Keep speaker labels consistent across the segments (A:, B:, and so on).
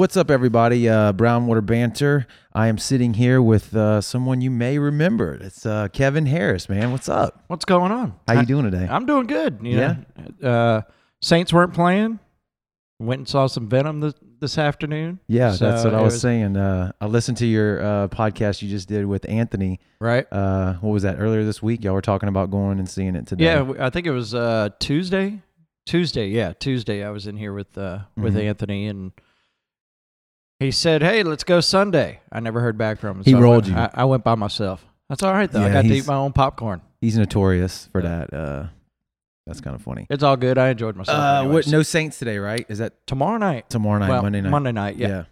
A: What's up, everybody? Uh, Brownwater Banter. I am sitting here with uh, someone you may remember. It's uh, Kevin Harris, man. What's up?
B: What's going on?
A: How you doing today?
B: I, am doing good. You yeah. Know? Uh, Saints weren't playing. Went and saw some Venom this, this afternoon.
A: yeah,
B: So
A: that's what I
B: it
A: was, saying. Uh, I listened to your uh, podcast you just did with Anthony.
B: Right.
A: Uh, what was that earlier this week? Y'all were talking about going and seeing it today.
B: yeah, w- I think it was uh, Tuesday. Tuesday, yeah, Tuesday. I was in here with uh, with
A: Mhm.
B: Anthony, and he said, "Hey, let's go Sunday." I never heard back from him.
A: He
B: I
A: rolled
B: went-
A: you.
B: I, I went by myself. That's all right though. I
A: Yeah,
B: got to
A: he's-
B: eat my own popcorn.
A: he's notorious for that. Uh, that's kind of funny.
B: It's all good. I enjoyed myself.
A: Uh, what?
B: anyways.
A: No Saints today, right? Is that
B: tomorrow night.
A: tomorrow night,
B: well,
A: Monday night?
B: Monday night. Yeah.
A: Yeah.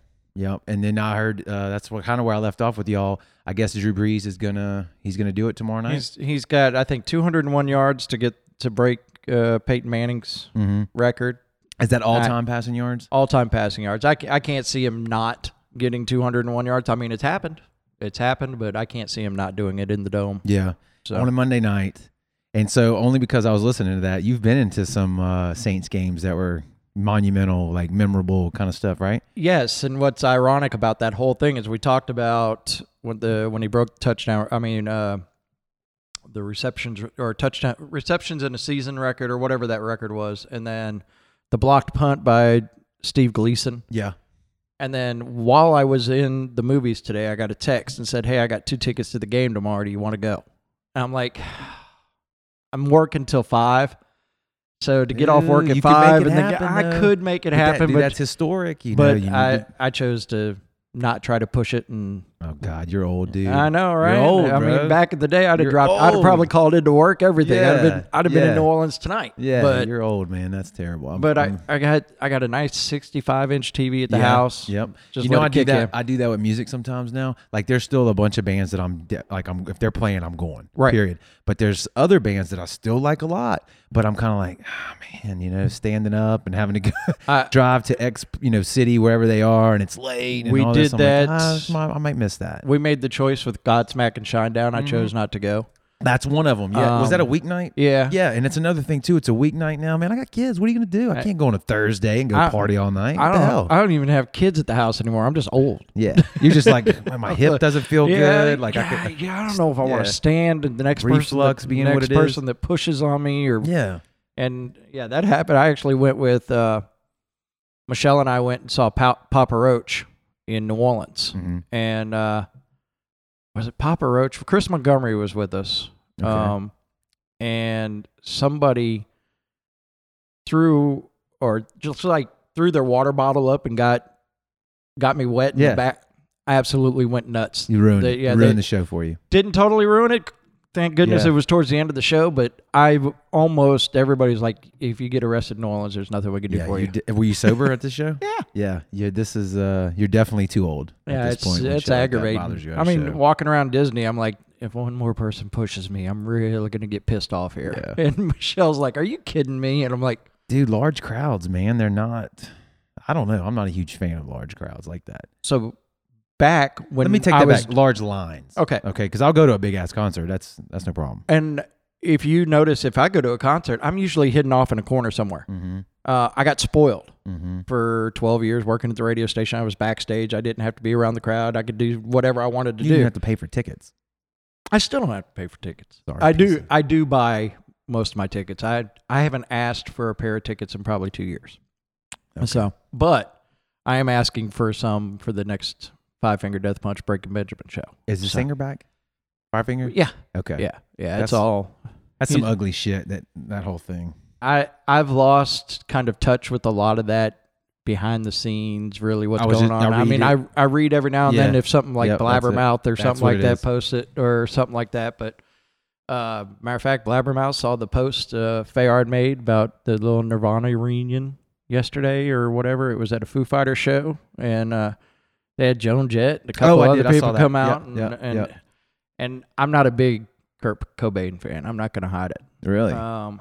A: Yep. And then I heard uh, that's what kind of where I left off with y'all. I guess Drew Brees is gonna he's gonna do it tomorrow night.
B: He's he's got I think 201 yards to get to break uh, Peyton Manning's
A: hmm
B: record.
A: Is that all time passing yards?
B: all time passing yards. I, ca- I can't see him not getting 201 yards. I mean, it's happened. It's happened, but I can't see him not doing it in the dome.
A: Yeah.
B: So
A: On a Monday night. And so only because I was listening to that, you've been into some uh, Saints games that were monumental, like memorable kind of stuff, right?
B: yes, and what's ironic about that whole thing is we talked about when the when he broke the touchdown. I mean, uh, the receptions or touchdown receptions in a season record or whatever that record was, and then the blocked punt by Steve Gleason.
A: Yeah.
B: And then while I was in the movies today, I got a text and said, Hey, I got two tickets to the game tomorrow. Do you want to go? And I'm like, I'm working till five. So to get off
A: Ooh,
B: work
A: you
B: at
A: could
B: five,
A: make it
B: and then
A: happen,
B: I
A: though.
B: could make it
A: But that-
B: happen,
A: dude, that's
B: but,
A: historic. You know,
B: but
A: you need
B: I,
A: to-
B: I chose to not try to push it. And
A: oh God, you're old, dude.
B: I know, right?
A: old,
B: I
A: bro.
B: mean, back in the day, I'd
A: You're
B: have dropped, I'd have probably
A: old.
B: called into work, everything. I'd have
A: Yeah,
B: been, I'd have been
A: yeah.
B: in New Orleans tonight.
A: Yeah,
B: But,
A: you're old, man. That's terrible. I'm-
B: but I,
A: I'm-
B: I got, I got a nice 65 inch TV at the
A: Yeah,
B: house.
A: Yep.
B: Just
A: you know,
B: let
A: I
B: it
A: do
B: kick
A: that.
B: in.
A: I do that with music sometimes now. Like, there's still a bunch of bands that I'm de- like, I'm if they're playing, I'm going.
B: Right.
A: Period. But there's other bands that I still like a lot, but I'm kind of like, ah, man, you know, standing up and having to go,
B: I-
A: drive to X, you know, city wherever they are, and it's late. And
B: We
A: all this.
B: did
A: I'm like,
B: that-
A: "Ah, this might- I might miss that.
B: we made the choice with Godsmack and Shinedown. I chose not to go.
A: That's one of them. Yeah. Was
B: Um,
A: that a weeknight?
B: Yeah.
A: Yeah, and it's another thing too. It's a weeknight now, man. I got kids. What are you gonna do? I can't go on a Thursday and go
B: I-
A: party all night.
B: I
A: what the hell?
B: don't. I don't even have kids at the house anymore. I'm just old.
A: Yeah, you're just like "Man, my hip doesn't feel good. Like I
B: yeah,
A: could,
B: yeah, I don't know if I want
A: yeah.
B: to stand and the next
A: Reflux
B: person, that,
A: being
B: the
A: what
B: next
A: it is.
B: person that pushes on me, or
A: yeah,
B: and yeah, that happened. I actually went with uh, Michelle and I went and saw pa- Papa Roach in New Orleans,
A: Mhm.
B: and uh, was it Papa Roach? Chris Montgomery was with us,
A: Okay.
B: um, and somebody threw or just like threw their water bottle up and got got me wet in
A: Yeah.
B: the back. I absolutely went nuts.
A: you ruined
B: They-
A: it.
B: yeah,
A: ruined
B: they-
A: the show for you.
B: Didn't totally ruin it. Thank goodness
A: Yeah.
B: it was towards the end of the show, but I've almost everybody's like, if you get arrested in New Orleans, there's nothing we can do
A: Yeah,
B: for
A: you
B: you.
A: di- were you sober at the show?
B: Yeah.
A: yeah, yeah. This is uh, you're definitely too old. at
B: Yeah,
A: this
B: it's
A: point when
B: it's
A: shit like that
B: aggravating.
A: bothers you at
B: I
A: a
B: mean,
A: show.
B: walking around Disney, I'm like, if one more person pushes me, I'm really gonna get pissed off here.
A: Yeah.
B: And Michelle's like, "Are you kidding me?" And I'm like,
A: dude, large crowds, man. They're not. I don't know. I'm not a huge fan of large crowds like that.
B: "So back when
A: Let me take
B: I
A: that
B: was,
A: back. Large lines.
B: Okay.
A: okay. Because I'll go to a big ass concert. That's that's no problem.
B: And if you notice, if I go to a concert, I'm usually hidden off in a corner somewhere.
A: Mm-hmm.
B: Uh, I got spoiled
A: Mm-hmm.
B: for 12 years working at the radio station. I was backstage. I didn't have to be around the crowd. I could do whatever I wanted to
A: You didn't
B: do.
A: have to pay for tickets.
B: I still don't have to pay for tickets.
A: Sorry,
B: I
A: piece
B: do.
A: of-
B: I do buy most of my tickets. I I haven't asked for a pair of tickets in probably two years.
A: Okay.
B: So, but I am asking for some for the next Five Finger Death Punch Breaking Benjamin show.
A: Is the
B: So-
A: singer back? Five finger.
B: Yeah,
A: Okay.
B: yeah, yeah.
A: That's-
B: it's all.
A: That's some
B: He's-
A: ugly shit. That that whole thing.
B: I I've lost kind of touch with a lot of that behind the scenes. Really, what's
A: I was
B: going
A: just- I
B: on? I,
A: read
B: mean,
A: it.
B: I I read every now and then
A: Yeah.
B: if something like
A: Yep, that's it.
B: Blabbermouth or
A: That's
B: something
A: what
B: like
A: it
B: that
A: is.
B: posts it or something like that. But uh, matter of fact, Blabbermouth saw the post uh, Fayard made about the little Nirvana reunion yesterday or whatever. It was at a Foo Fighter show and uh, they had Joan Jett and a couple
A: Oh, I did.
B: other
A: I saw
B: people
A: that.
B: come
A: Yep,
B: out and
A: yep,
B: and,
A: yep.
B: and I'm not a big Kurt Cobain fan. I'm not going to hide it.
A: Really?
B: Um,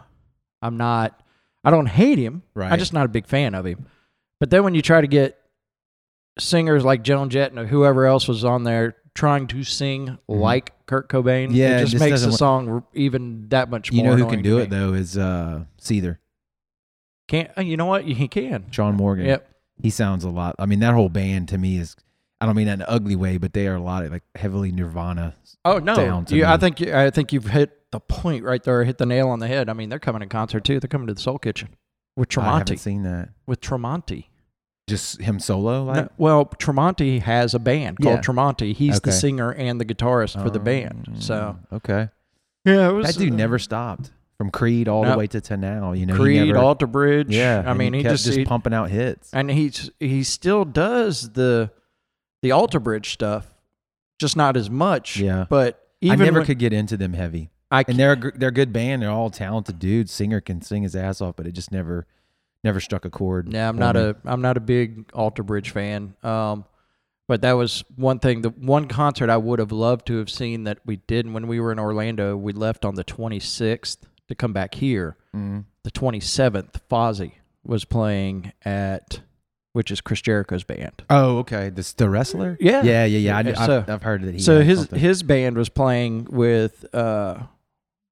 B: I'm not. I don't hate him.
A: Right.
B: I'm just not a big fan of him. But then when you try to get singers like Joan Jett and whoever else was on there trying to sing like Kurt Cobain,
A: Mm-hmm. Yeah,
B: it
A: it
B: just
A: just
B: makes
A: doesn't
B: the
A: wo-
B: song r- even that much
A: you
B: more.
A: know who can
B: annoying to
A: do
B: me.
A: it though is uh Seether,
B: Can't uh, you know what he can?
A: Sean Morgan.
B: Yep.
A: he sounds a lot. I mean, that whole band to me is. I don't mean that in an ugly way, but they are a lot of like heavily Nirvana.
B: Oh no,
A: down to
B: you, I
A: me.
B: think you- I think you've hit the point right there. Hit the nail on the head. I mean, they're coming in concert too. They're coming to the Soul Kitchen with
A: I haven't
B: Tremonti.
A: seen that.
B: With Tremonti.
A: Just him solo,
B: No,
A: like
B: well, Tremonti has a band called
A: Yeah.
B: Tremonti. He's the
A: Okay.
B: singer and the guitarist for the band.
A: Um,
B: So
A: okay,
B: yeah, it was, uh,
A: that dude never stopped from Creed all the
B: No.
A: way to, to now. You know, he
B: Creed,
A: never-
B: Alter Bridge.
A: yeah.
B: I
A: and
B: mean, he,
A: kept
B: just, he-
A: pumping out hits.
B: and he's he still does the the Alter Bridge stuff, just not as much.
A: Yeah.
B: but even
A: I never
B: when-
A: could get into them heavy,
B: I
A: and they're a gr- they're a good band. They're all talented dudes. Singer can sing his ass off, but it just never never struck a chord.
B: Yeah, I'm
A: for
B: not
A: me.
B: a I'm not a big Alter Bridge fan. Um, but that was one thing. The one concert I would have loved to have seen that we did when we were in Orlando. We left on the 26th to come back here.
A: Mm.
B: The 27th, Fozzy was playing at, which is Chris Jericho's band.
A: Oh, okay. This the wrestler.
B: Yeah.
A: yeah, yeah, yeah. I,
B: Yeah,
A: have
B: so-
A: I've heard that he.
B: so
A: had
B: his
A: something.
B: his band was playing with uh,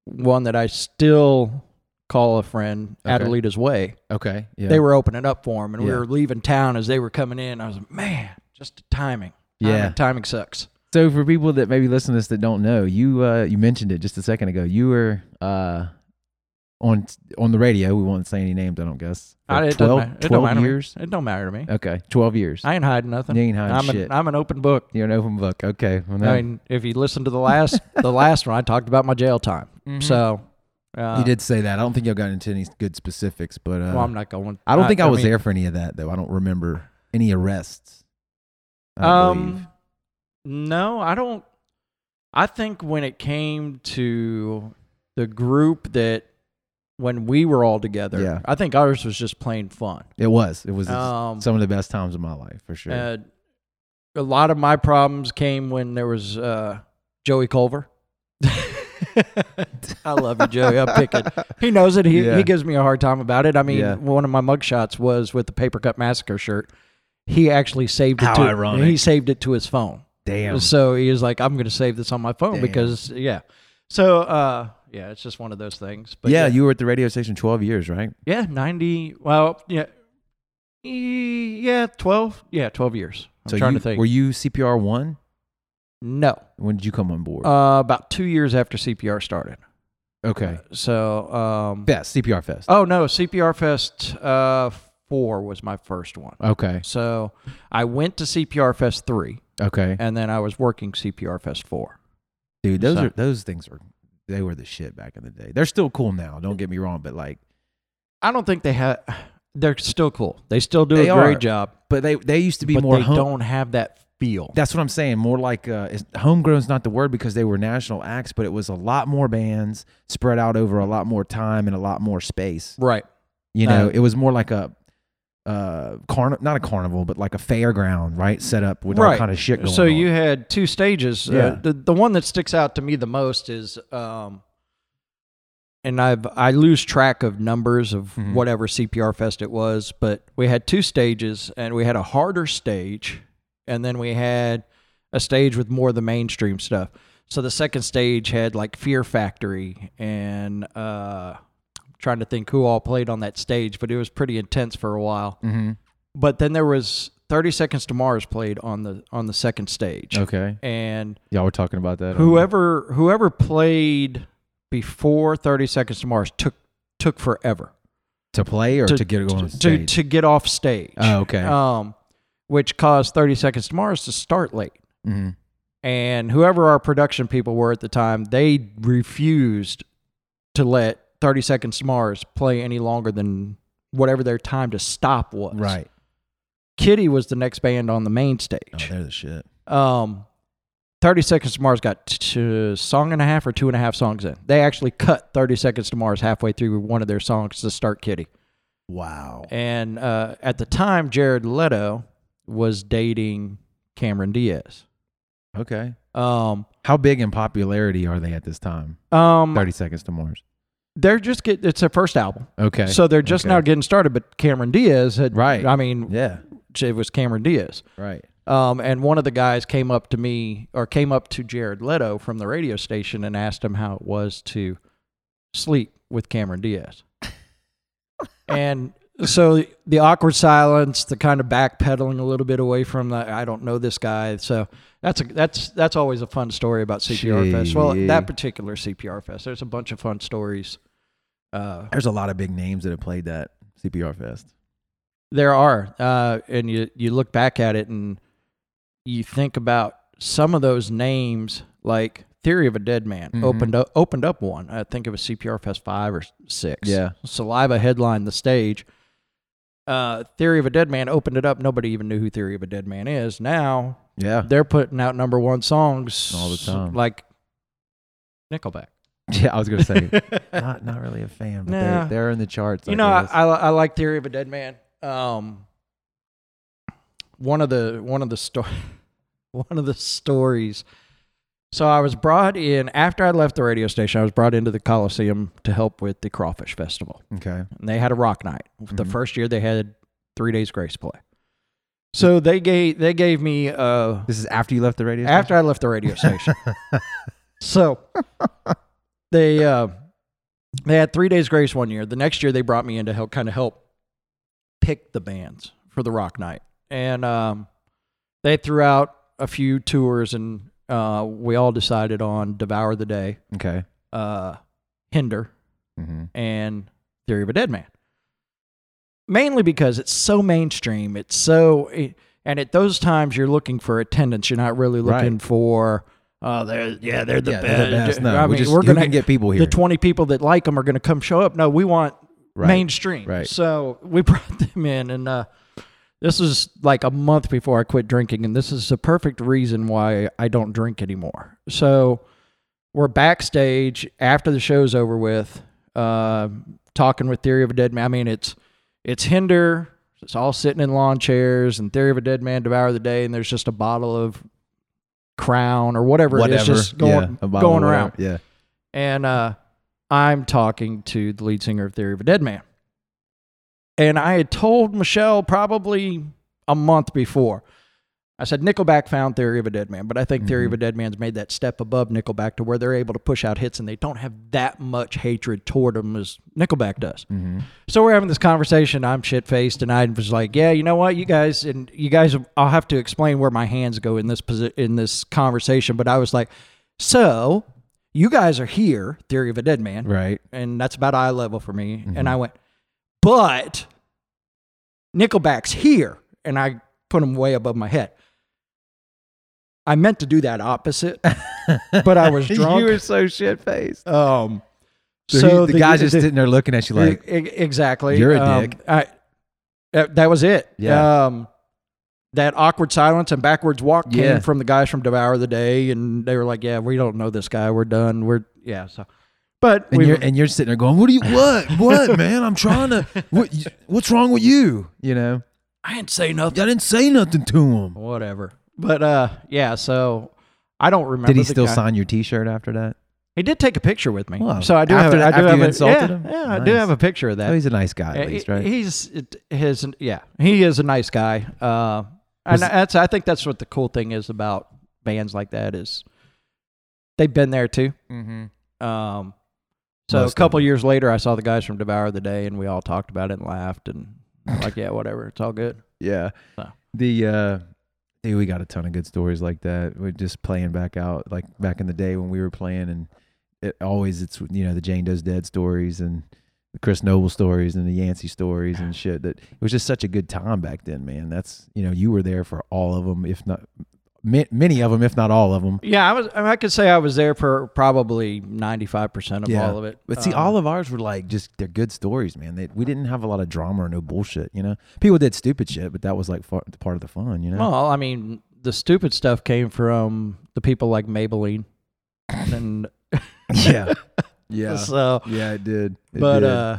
B: one that I still call a friend,
A: Okay.
B: Adelita's Way.
A: okay. Yeah.
B: they were opening up for him, and we
A: Yeah.
B: were leaving town as they were coming in. I was like, man, just the timing. Timing-
A: Yeah.
B: timing sucks.
A: So for people that maybe listen to this that don't know, you uh, you mentioned it just a second ago. You were uh, on on the radio. We won't say any names, I don't guess. for
B: I, it doesn't matter. It don't
A: 12
B: matter to me.
A: years.
B: It don't matter to me.
A: Okay, twelve years.
B: I ain't hiding nothing.
A: You ain't hiding
B: I'm
A: shit.
B: An, I'm an open book.
A: You're an open book. Okay. Well,
B: I
A: now-
B: mean, if you listen to the last the last one, I talked about my jail time. So mm-hmm. uh,
A: Mm-hmm. you did say that. I don't think y'all got into any good specifics, but uh,
B: Well, I'm not going.
A: I don't think I, was
B: mean,
A: there for any of that though. I don't remember any arrests. I don't believe.
B: Um, no, I don't. I think when it came to the group that when we were all together,
A: Yeah.
B: I think ours was just plain fun.
A: it was. It was
B: um,
A: some of the best times of my life for sure.
B: Uh, a lot of my problems came when there was uh, Joey Culver. I love you, Joey. I'm picking. He knows it. He,
A: Yeah.
B: he gives me a hard time about it. I mean,
A: Yeah.
B: one of my mugshots was with the Paper Cut Massacre shirt. He actually saved it.
A: How
B: to,
A: ironic.
B: He saved it to his phone.
A: Damn.
B: So he was like, "I'm going to save this on my phone
A: Damn.
B: because yeah." So uh, yeah, it's just one of those things. But
A: yeah,
B: yeah,
A: you were at the radio station twelve years, right?
B: yeah, ninety. Well, yeah, E- yeah, twelve. Yeah, twelve years. I'm
A: so
B: trying
A: you,
B: to think.
A: Were you CPR one?
B: no,
A: When did you come on board?
B: uh, about two years after CPR started.
A: okay.
B: uh, So um,
A: Fest, CPR Fest.
B: oh no, CPR Fest uh, four was my first one.
A: Okay.
B: So I went to CPR Fest three,
A: Okay.
B: and then I was working CPR Fest four.
A: Dude, those
B: So-
A: are those things were they were the shit back in the day. They're still cool now, don't get me wrong, but like
B: I don't think they have. They're still cool. They still do
A: They
B: a great
A: are.
B: job.
A: but they they used to be
B: but
A: more
B: they
A: home,
B: don't have that feel.
A: That's what I'm saying. More like uh, is, homegrown's not the word because they were national acts, but it was a lot more bands spread out over a lot more time and a lot more space.
B: right.
A: You know,
B: Uh,
A: it was more like a uh carnival, not a carnival, but like a fairground, right? Set up with all
B: Right.
A: kind of shit going
B: So
A: on.
B: you had two stages.
A: Yeah.
B: Uh, the the one that sticks out to me the most is, um, and I've I lose track of numbers of
A: Mhm.
B: whatever CPR fest it was, but we had two stages, and we had a harder stage, and then we had a stage with more of the mainstream stuff. So the second stage had like Fear Factory and uh, I'm trying to think who all played on that stage, but it was pretty intense for a while.
A: mm-hmm.
B: but then there was 30 seconds to mars played on the on the second stage
A: okay.
B: and
A: Y'all were talking about that. uh, on-
B: whoever whoever played before 30 seconds to mars took took forever
A: to play or to,
B: to-
A: get it on
B: to,
A: stage?
B: to get off stage
A: oh, okay.
B: um which caused 30 seconds to mars to start late
A: mm-hmm.
B: and whoever our production people were at the time they refused to let 30 seconds to mars play any longer than whatever their time to stop was
A: Right.
B: kitty was the next band on the main stage
A: Oh, they're the shit.
B: Um, 30 Seconds to Mars got two song and a half or two and a half songs in. They actually cut 30 Seconds to Mars halfway through one of their songs to start Kitty.
A: Wow.
B: And uh, at the time, Jared Leto was dating Cameron Diaz.
A: Okay.
B: Um,
A: How big in popularity are they at this time?
B: um,
A: 30 Seconds to Mars.
B: they're just get it's their first album,
A: Okay.
B: so they're just
A: Okay.
B: now getting started. But Cameron Diaz had
A: Right.
B: I mean,
A: Yeah.
B: it was Cameron Diaz.
A: Right.
B: Um, and one of the guys came up to me or came up to Jared Leto from the radio station and asked him how it was to sleep with Cameron Diaz. and so the awkward silence, the kind of backpedaling a little bit away from the I don't know this guy. So that's a that's that's always a fun story about CPR Fest. Well,
A: Gee.
B: that particular CPR Fest, there's a bunch of fun stories. Uh,
A: There's a lot of big names that have played that CPR Fest.
B: there are, uh, and you you look back at it and you think about some of those names, like Theory of a Dead Man
A: Mhm.
B: opened up opened up one. I think it was CPR Fest five or six. Saliva headlined the stage. Uh, Theory of a Dead Man opened it up. Nobody even knew who Theory of a Dead Man is. Now
A: Yeah.
B: they're putting out number one songs
A: All the time.
B: like Nickelback.
A: Yeah, I was gonna say not not really a fan, but
B: Nah.
A: they're, they're in the charts.
B: you
A: I
B: know, I,
A: guess.
B: I, I like Theory of a Dead Man. Um, one of the one of the sto- one of the stories. So I was brought in after I left the radio station. I was brought into the Coliseum to help with the Crawfish Festival.
A: okay.
B: and they had a rock night. The
A: Mhm.
B: first year they had three days grace play. So they gave they gave me uh,
A: This is after you left the radio.
B: after I left the radio station. so they uh, they had three days grace one year. The next year they brought me in to help kind of help pick the bands for the rock night, and um, they threw out a few tours, and uh, we all decided on Devour the Day,
A: station? Okay.
B: uh, Hinder,
A: hmm
B: and Theory of a Dead Man. Mainly because it's so mainstream. It's so, and at those times you're looking for attendance. You're not really
A: Right.
B: looking for, oh, they're yeah, they're the
A: yeah,
B: best.
A: they're the best. No,
B: I
A: we
B: mean,
A: just,
B: we're
A: who
B: gonna
A: can get people here.
B: the 20 people that like them are gonna come show up. No, we want
A: right.
B: mainstream.
A: Right.
B: So we brought them in, and uh, this was like a month before I quit drinking, and this is the perfect reason why I don't drink anymore. So we're backstage after the show's over with, uh, talking with Theory of a Dead Man. I mean, it's it's Hinder. It's all sitting in lawn chairs, and Theory of a Dead Man devour the day, and there's just a bottle of Crown or whatever, it is
A: Whatever.
B: just going
A: yeah, a bottle
B: going
A: of
B: around
A: whatever. Yeah.
B: and uh, I'm talking to the lead singer of Theory of a Dead Man. And I had told Michelle probably a month before. I said Nickelback found Theory of a Dead Man, but I think Theory of a Dead Man's made that step above Nickelback to where they're able to push out hits and they don't have that much hatred toward them as Nickelback does.
A: hmm
B: So we're having this conversation. I'm shit faced, and I was like, "Yeah, you know what, you guys, and you guys, I'll have to explain where my hands go in this posi- in this conversation." But I was like, "So you guys are here, Theory of a Dead Man,
A: Right.
B: and that's about eye level for me." And
A: Mm-hmm.
B: I went, "But Nickelback's here," and I put him way above my head. I meant to do that opposite, but I was drunk.
A: you were so shit faced.
B: um,
A: So, he- the, guy's just sitting there looking at you like,
B: E- e- exactly.
A: "You're a
B: Um,
A: dick."
B: I, that, that was it.
A: Yeah.
B: Um, that awkward silence and backwards walk came
A: Yeah.
B: from the guys from Devour the Day, and they were like, "Yeah, we don't know this guy. We're done. We're yeah." So, but
A: and
B: we
A: you're and you're sitting there going, "What do you? What? What, man? I'm trying to. What? you- What's wrong with you? You know?
B: I didn't say
A: I
B: nothing.
A: didn't say nothing to him.
B: Whatever. But uh, yeah. So I don't remember.
A: Did he
B: the
A: still
B: guy.
A: sign your T-shirt after that?
B: He did take a picture with me.
A: Wow.
B: So I do
A: After-
B: have. a- I do
A: after
B: have
A: you
B: a,
A: insulted
B: yeah,
A: him?
B: Yeah, I do
A: Nice.
B: have a picture of that.
A: Oh, he's a nice guy at
B: Yeah,
A: least,
B: he-
A: right?
B: He's it- his yeah. He is a nice guy. Uh, and
A: Was-
B: that's I think that's what the cool thing is about bands like that is they've been there too.
A: mm-hmm.
B: Um, so
A: Most
B: a
A: of
B: couple
A: them.
B: years later, I saw the guys from Devour the Day, and we all talked about it and laughed and like yeah, whatever, it's all good.
A: Yeah.
B: So.
A: The uh dude, we got a ton of good stories like that. We're just playing back out like back in the day when we were playing and it always it's you know, the Jane Does Dead stories and the Chris Noble stories and the Yancey stories and shit that it was just such a good time back then, man. That's you know, you were there for all of them if not ma- many of them if not all of them.
B: Yeah, I was. I, mean, I could say I was there for probably ninety five percent of
A: Yeah.
B: all of it. Um,
A: But see, all of ours were like just they're good stories, man. They, we didn't have a lot of drama or no bullshit, you know. People did stupid shit, but that was like far, part of the fun, you know.
B: Well, I mean, the stupid stuff came from the people like Maybelline, and
A: yeah, yeah.
B: so
A: Yeah, it did. It
B: but
A: did.
B: uh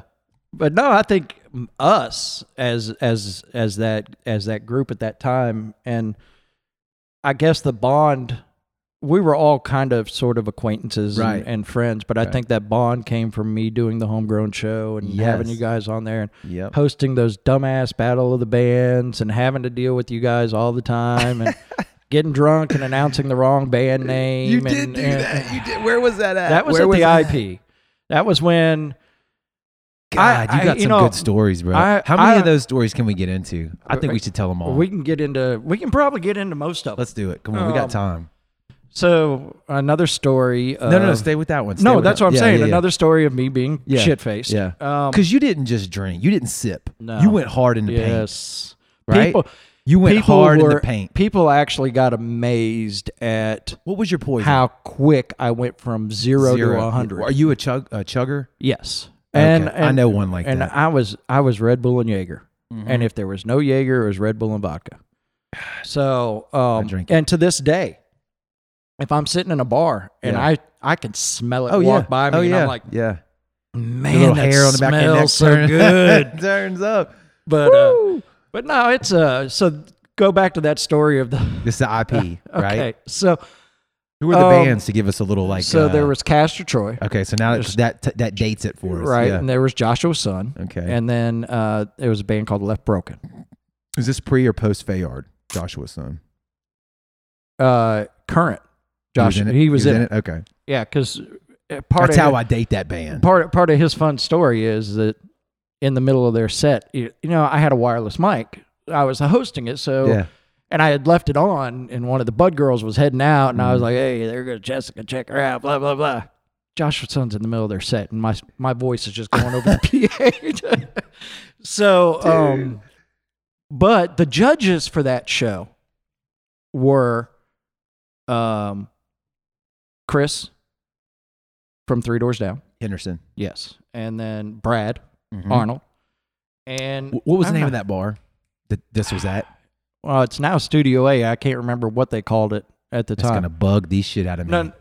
B: but no i think us as as as that as that group at that time and i guess the bond we were all kind of sort of acquaintances
A: Right.
B: and, and friends but i
A: Right.
B: think that bond came from me doing the homegrown show and having
A: Yes.
B: you guys on there and
A: yep.
B: hosting those dumbass battle of the bands and having to deal with you guys all the time and getting drunk and announcing the wrong band name and, and-
A: You did. Where was that at?
B: that was at the IP. That was when
A: God,
B: I-
A: you got
B: you
A: some
B: know,
A: good stories, bro.
B: I-
A: How many
B: I-
A: of those stories can we get into? I think we should tell them all.
B: We can get into. We can probably get into most of them.
A: Let's do it. Come on, we
B: Um,
A: got time.
B: So another story. Of,
A: No, no, no. Stay with that one. Stay
B: uh, No,
A: with
B: that's
A: that-
B: what I'm
A: yeah,
B: saying.
A: yeah, yeah.
B: Another story of me being
A: Yeah.
B: shit faced.
A: Yeah.
B: Um,
A: Because you didn't just drink. You didn't sip.
B: No.
A: You went hard in the paint.
B: yes.
A: right?
B: People,
A: You went
B: people
A: hard in
B: were,
A: the paint.
B: People actually got amazed at
A: What was your poison?
B: how quick I went from zero, to a hundred.
A: Are you a chug a chugger?
B: Yes. And,
A: Okay,
B: and
A: I know one like
B: and
A: that.
B: I was I was Red Bull and Jaeger. And if there was no Jaeger, it was Red Bull and vodka. So um
A: drink it.
B: and to this day, if I'm sitting in a bar and
A: Yeah.
B: I I can smell it
A: oh
B: walk
A: yeah.
B: by me
A: oh
B: and
A: yeah.
B: I'm like,
A: yeah.
B: man,
A: The little
B: that
A: hair on the back of your neck
B: smells so
A: turns-
B: good.
A: turns up.
B: but uh, but no, it's uh so go back to that story of the
A: This is the IP,
B: okay.
A: right?
B: So
A: Who are the
B: Um,
A: bands to give us a little like? uh,
B: so there was Castor Troy,
A: Okay, so now
B: there's-
A: that that, t- that dates it for us,
B: right?
A: Yeah.
B: And there was Joshua Sun.
A: Okay.
B: And then uh, there was a band called Left Broken.
A: Is this pre or post Fayard? Joshua's son.
B: Uh, current
A: He was
B: Joshua,
A: in it?
B: he was in it.
A: Okay,
B: Yeah, because part
A: that's
B: of
A: how I date that band.
B: part part of his fun story is that in the middle of their set, you, you know, I had a wireless mic. I was hosting it, so
A: yeah.
B: and I had left it on, and one of the bud girls was heading out, and I
A: Mm-hmm.
B: was like, "Hey, there goes Jessica. Check her out." Blah blah blah. Joshua Son's in the middle of their set, and my my voice is just going over the PA. so, um, but the judges for that show were, um, Chris from Three Doors Down,
A: Henderson.
B: yes, and then Brad
A: Mhm.
B: Arnold, and
A: Wh- What was
B: I
A: the name
B: don't
A: of that bar? That this was at.
B: Well, uh, it's now Studio A. I can't remember what they called it at the
A: It's gonna
B: time.
A: bug these shit out of me.
B: No,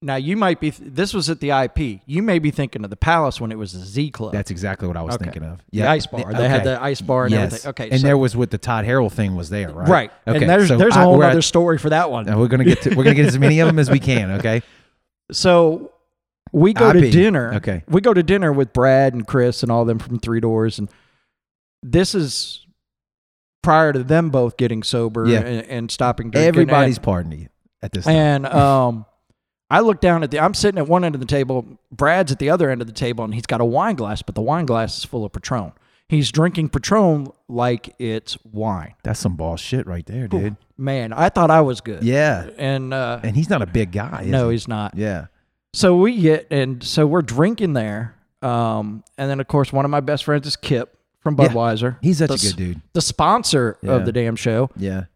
B: now you might be. This was at the IP. You may be thinking of the Palace when it was the Z Club,
A: That's exactly what I was
B: Okay.
A: thinking of.
B: the ice bar. They had
A: Okay.
B: the ice bar and
A: yes.
B: everything. Okay,
A: and
B: so,
A: there was what the Todd Harrell thing was there, right?
B: right.
A: Okay.
B: And there's
A: so
B: there's a
A: I-
B: whole
A: we're at- Oh.
B: other story for that one.
A: and we're gonna get to, we're gonna get as many of them as we can. Okay.
B: So we go to
A: IP.
B: dinner.
A: Okay.
B: We go to dinner with Brad and Chris and all them from Three Doors. And this is prior to them both getting sober
A: Yeah.
B: and, and stopping drinking. and-
A: Everybody's partying you at this time.
B: And um, I look down at the. I'm sitting at one end of the table. Brad's at the other end of the table, and he's got a wine glass, but the wine glass is full of Patron. He's drinking Patron like it's wine.
A: That's some ball shit right there, dude.
B: Man, I thought I was good.
A: Yeah.
B: And uh,
A: And he's not a big guy. Is
B: no,
A: he?
B: he's not.
A: Yeah.
B: So we get and so we're drinking there. Um, and then of course one of my best friends is Kip from
A: Yeah.
B: Budweiser.
A: He's such
B: the,
A: a good dude.
B: The sponsor
A: Yeah.
B: of the damn show.
A: Yeah.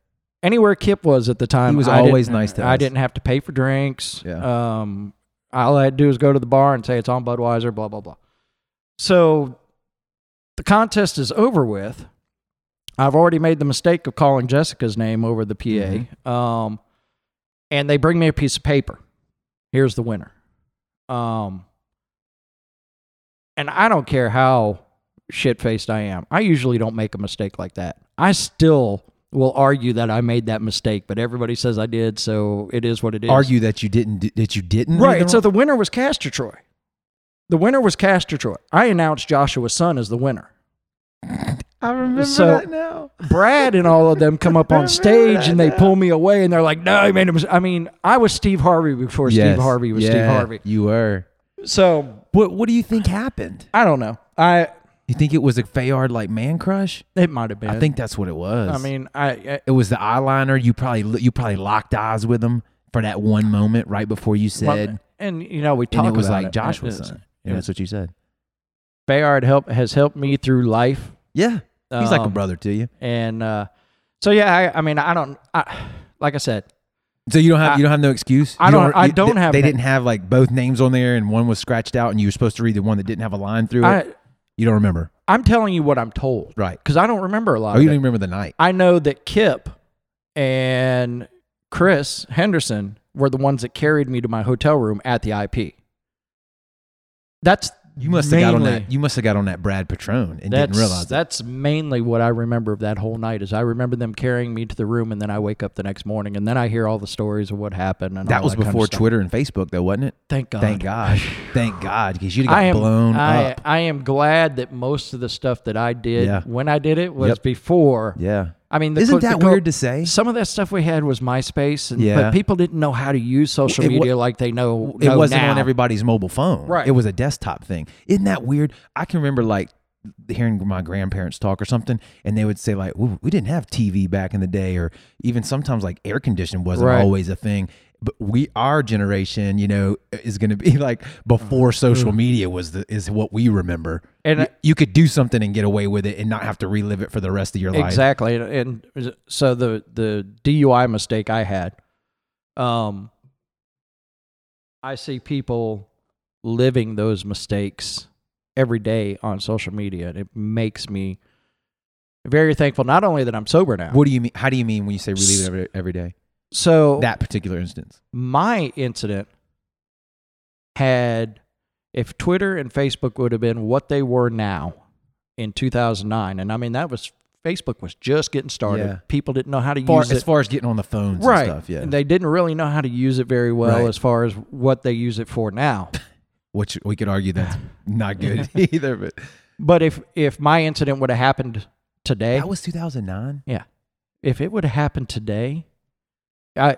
B: anywhere Kip was at the time,
A: He was
B: I didn't-
A: always nice to
B: I
A: us.
B: didn't have to pay for drinks.
A: Yeah.
B: Um, all I had to do was go to the bar and say it's on Budweiser, blah blah blah. So the contest is over with. I've already made the mistake of calling Jessica's name over the PA.
A: Mm-hmm.
B: Um, and they bring me a piece of paper. Here's the winner. Um, and I don't care how shit faced I am. I usually don't make a mistake like that. I still will argue that I made that mistake, but everybody says I did, so it is what it is.
A: Argue that you didn't do- that you didn't.
B: Right.
A: It's
B: so the winner was Castor Troy. The winner was Castor Troy. I announced Joshua Sun as the winner.
A: I remember
B: so- that
A: now.
B: Brad and all of them come up on
A: Remember
B: stage
A: that
B: and they
A: now.
B: pull me away and they're like, "No, he made a mistake." I mean, I was Steve Harvey before Steve Harvey was Steve Harvey.
A: You were.
B: So
A: What What do you think happened?
B: I don't know. I
A: You think it was a Fayard like man crush?
B: it might have been.
A: I think that's what it was.
B: I mean, I, I
A: it was the eyeliner. You probably you probably locked eyes with him for that one moment right before you said,
B: and you know we talk
A: and it was
B: about
A: like
B: it.
A: Joshua's
B: It's-
A: son. Yeah, that's what you said.
B: Bayard help has helped me through life,
A: Yeah, he's like a
B: Um,
A: brother to you.
B: and uh, so yeah. I, I mean, I don't. I, like I said,
A: So you don't have
B: I-
A: you don't have no excuse.
B: I
A: You
B: don't- I
A: you-
B: don't
A: they-
B: have
A: They
B: no-
A: didn't have like both names on there, and one was scratched out, and you were supposed to read the one that didn't have a line through it.
B: I
A: you don't remember,
B: I'm telling you what I'm told
A: right?
B: because I don't remember a
A: Oh,
B: lot. of
A: you
B: it.
A: don't even remember the night.
B: I know that Kip and Chris Henderson were the ones that carried me to my hotel room at the IP. That's
A: You must have got on
B: mainly-
A: that. You must have got on that Brad Patron and
B: That's
A: didn't realize that.
B: that's mainly what I remember of that whole night. Is I remember them carrying me to the room, and then I wake up the next morning, and then I hear all the stories of what happened. And
A: That
B: all
A: was
B: kind of
A: before
B: stuff.
A: Twitter and Facebook, though, wasn't it?
B: Thank God.
A: Thank God. Thank God, because you'd have got
B: I am
A: blown
B: I,
A: up.
B: I am glad that most of the stuff that I did
A: Yeah.
B: when I did it was
A: Yep.
B: before
A: Yeah.
B: I mean, the
A: Isn't
B: co- the
A: that
B: co-
A: weird to say?
B: Some of that stuff we had was MySpace, and,
A: Yeah.
B: but people didn't know how to use social
A: It wa-
B: media like they know.
A: it
B: know
A: wasn't on
B: now.
A: everybody's mobile phone.
B: Right.
A: It was a desktop thing. Isn't that weird? I can remember like hearing my grandparents talk or something, and they would say like, "Ooh, "We didn't have TV back in the day," or even sometimes like air conditioning wasn't
B: Right.
A: always a thing. But we, our generation, you know, is going to be like before social media was the is what we remember.
B: And
A: you,
B: I-
A: you could do something and get away with it and not have to relive it for the rest of your life.
B: Exactly, and, and so the the DUI mistake I had, um, I see people living those mistakes every day on social media, and it makes me very thankful. Not only that I'm sober now,
A: What do you mean? How do you mean when you say relive it every, every day?
B: so
A: That particular instance.
B: my incident had if Twitter and Facebook would have been what they were now in 2009 and I mean that was Facebook was just getting started.
A: Yeah.
B: People didn't know how to
A: Far,
B: use
A: as
B: it.
A: far as getting on the phones and
B: right.
A: stuff, yeah.
B: They didn't really know how to use it very well
A: Right.
B: as far as what they use it for now.
A: which we could argue that's not good either. But
B: but if if my incident would have happened today,
A: that was 2009.
B: yeah. If it would have happened today, I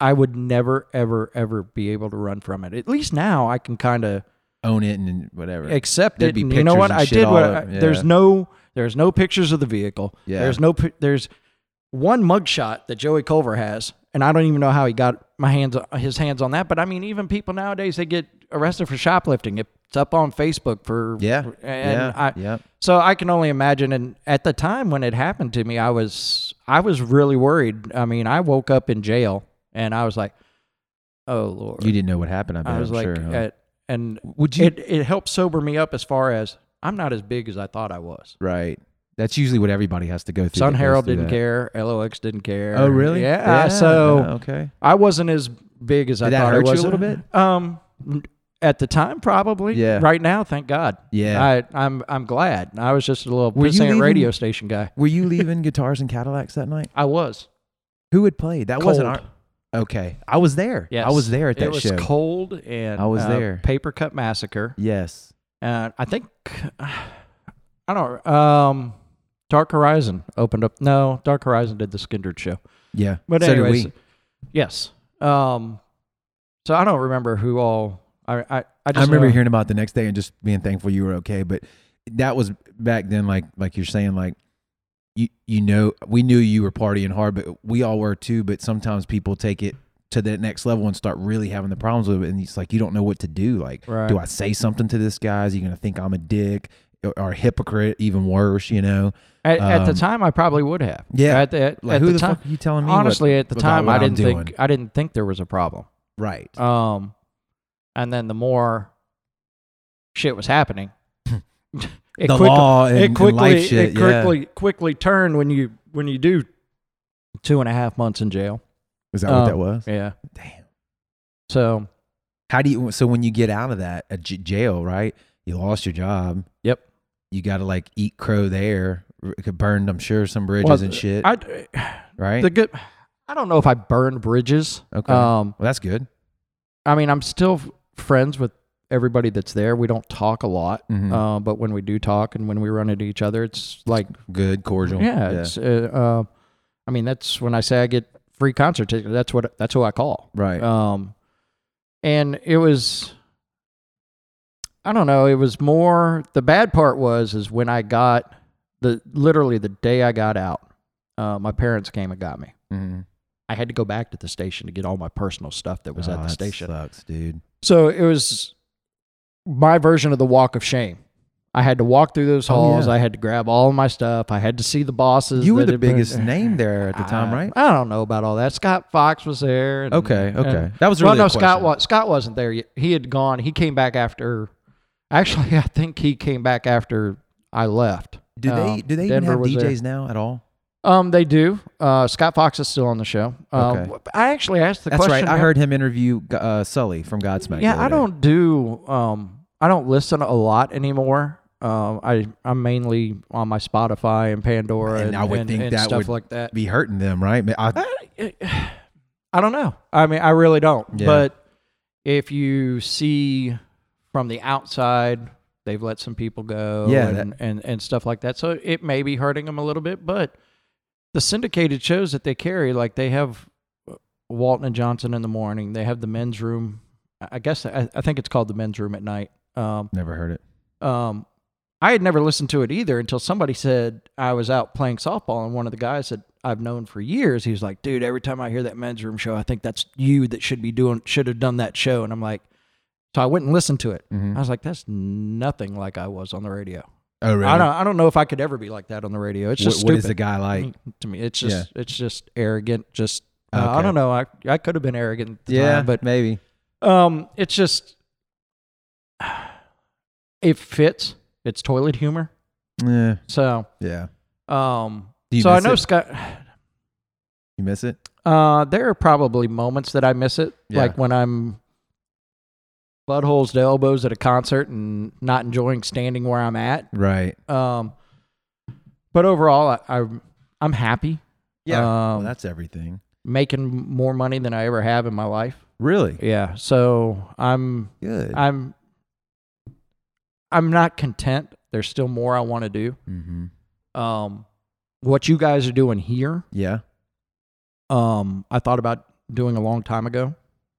B: I would never ever ever be able to run from it. At least now I can kind of
A: Own it and whatever.
B: accept
A: There'd
B: it.
A: be
B: and you know
A: pictures
B: what?
A: and
B: I
A: shit
B: did what
A: all
B: I,
A: over- yeah.
B: there's no there's no pictures of the vehicle.
A: Yeah.
B: There's no pi- there's one mugshot that Joey Culver has, and I don't even know how he got my hands his hands on that. But I mean, even people nowadays they get arrested for shoplifting. It's up on Facebook for
A: yeah.
B: and
A: yeah.
B: I,
A: yeah.
B: so I can only imagine. And at the time when it happened to me, I was I was really worried. I mean, I woke up in jail and I was like, oh lord.
A: You didn't know what happened. I, bet,
B: I was
A: am
B: like,
A: sure. huh?
B: at, and
A: Would you?
B: it it helped sober me up as far as I'm not as big as I thought I was.
A: right. That's usually what everybody has to go through.
B: Sun
A: that goes
B: Herald
A: through
B: didn't
A: that.
B: care, LOX didn't care.
A: Oh, really?
B: Yeah. so
A: yeah, okay.
B: I wasn't as big as I
A: Did that
B: thought
A: hurt
B: I
A: you a
B: was
A: little bit?
B: Um, at the time, probably.
A: Yeah.
B: Right now, thank God.
A: Yeah.
B: I, I'm I'm glad. I was just a little
A: Were you
B: pissant
A: leaving-
B: radio station guy.
A: Were you leaving guitars and Cadillacs that night?
B: I was.
A: Who had played? That wasn't
B: Cold.
A: our. Okay, I was there.
B: Yes.
A: I was there at that
B: it was
A: show.
B: cold and
A: I was
B: uh,
A: there.
B: Paper Cut Massacre.
A: Yes.
B: And I think I don't um Dark Horizon opened up. No, Dark Horizon did the Skindred show.
A: Yeah.
B: But
A: so
B: anyways,
A: did we.
B: yes. Um, so I don't remember who all. I I, I just uh,
A: I remember
B: know-
A: hearing about it the next day and just being thankful you were okay. But that was back then, like like you're saying, like you you know we knew you were partying hard, but we all were too. But sometimes people take it to that next level and start really having the problems with it, and it's like you don't know what to do. Like,
B: Right.
A: do I say something to this guy? Is he gonna think I'm a dick or, or a hypocrite? Even worse, you know?
B: at, at the
A: um,
B: time I probably would have.
A: Yeah.
B: At the at,
A: Like,
B: at
A: who
B: the,
A: the,
B: time,
A: fuck are you telling me? what-
B: honestly, at the
A: about
B: time
A: what
B: I
A: I'm
B: didn't think
A: doing?
B: I didn't think there was a problem.
A: right?
B: Um, and then the more shit was happening, it
A: the
B: quickly,
A: law and,
B: it
A: and
B: quickly
A: life shit.
B: it
A: yeah.
B: quickly quickly turned when you when you do two and a half months in jail.
A: Is that what
B: um,
A: that was?
B: Yeah.
A: Damn.
B: So
A: How do you? So when you get out of that a j- jail, right? You lost your job.
B: Yep.
A: You got to like eat crow there. R- Could burned, I'm sure, some bridges
B: Well,
A: and shit.
B: I
A: right.
B: the good i don't know if i burned bridges
A: okay.
B: um
A: well, that's good.
B: i mean i'm still f- friends with everybody that's there we don't talk a lot
A: Mhm.
B: uh, but when we do talk and when we run into each other it's like
A: Good, cordial.
B: yeah, it's uh, uh, i mean that's when i say i get free concert tickets that's what that's who i call
A: right.
B: um and it was i don't know it was more the bad part was is when i got the literally the day i got out uh, my parents came and got me
A: Mhm.
B: I had to go back to the station to get all my personal stuff that was
A: Oh,
B: at the
A: that
B: station.
A: Sucks, dude.
B: So it was my version of the walk of shame. I had to walk through those
A: Oh,
B: halls.
A: yeah.
B: I had to grab all my stuff. I had to see the bosses.
A: You were
B: that
A: the
B: had been-
A: biggest name there at the time,
B: I-
A: right?
B: I don't know about all that. Scott Fox was there. and-
A: Okay.
B: and-
A: Okay. That was
B: well,
A: really
B: no,
A: a
B: Scott.
A: question.
B: Was, Scott wasn't there. yet. He had gone. He came back after. Actually, I think he came back after I left.
A: Do
B: Um,
A: they do they
B: Denver was
A: even
B: there.
A: have DJs now at all?
B: Um, they do. Uh, Scott Fox is still on the show. Um,
A: Okay.
B: I actually asked the
A: That's
B: question.
A: right. I heard him interview uh, Sully from Godsmack. the
B: yeah
A: other
B: i
A: day.
B: don't do um i don't listen a lot anymore um i i'm mainly on my spotify and pandora and,
A: And I would
B: and-
A: think
B: and
A: that
B: stuff
A: would
B: like that
A: Be hurting them, right? I-
B: I, I don't know i mean i really don't
A: Yeah.
B: but if you see from the outside they've let some people go
A: Yeah,
B: and, and, and stuff like that. So it may be hurting them a little bit, but the syndicated shows that they carry, like they have uh, Walton and Johnson in the morning, they have the men's room. I I guess I, I think it's called the men's room at night. Um,
A: Never heard it.
B: um, I had never listened to it either until somebody said I was out playing softball, and one of the guys that I've known for years, he was like, "Dude, every time I hear that men's room show, I think that's you that should be doing, should have done that show." And I'm like, so I went and listened to it.
A: Mhm.
B: I was like, that's nothing like I was on the radio.
A: Oh, really?
B: I don't, I don't know if I could ever be like that on the radio. It's
A: Wh-
B: just
A: what
B: stupid Mm-hmm.
A: is the guy like?
B: to me. It's just, it's just arrogant. Just, uh, I
A: Okay.
B: don't know. I, I could have been arrogant, at the
A: Yeah,
B: time, but
A: maybe.
B: um, it's just, it fits. It's toilet humor.
A: Yeah,
B: So,
A: yeah.
B: um,
A: Do you
B: so I
A: miss
B: know
A: it?
B: Scott.
A: You miss it?
B: Uh, there are probably moments that I miss it,
A: Yeah.
B: like when I'm buttholes to elbows at a concert and not enjoying standing where I'm at.
A: Right.
B: Um, but overall, I, I I'm happy.
A: well,
B: um,
A: Oh, that's everything.
B: making more money than I ever have in my life.
A: Really
B: Yeah, so I'm
A: good.
B: I'm I'm not content. There's still more I want to do.
A: mm-hmm.
B: Um, what you guys are doing here,
A: Yeah.
B: um, I thought about doing a long time ago.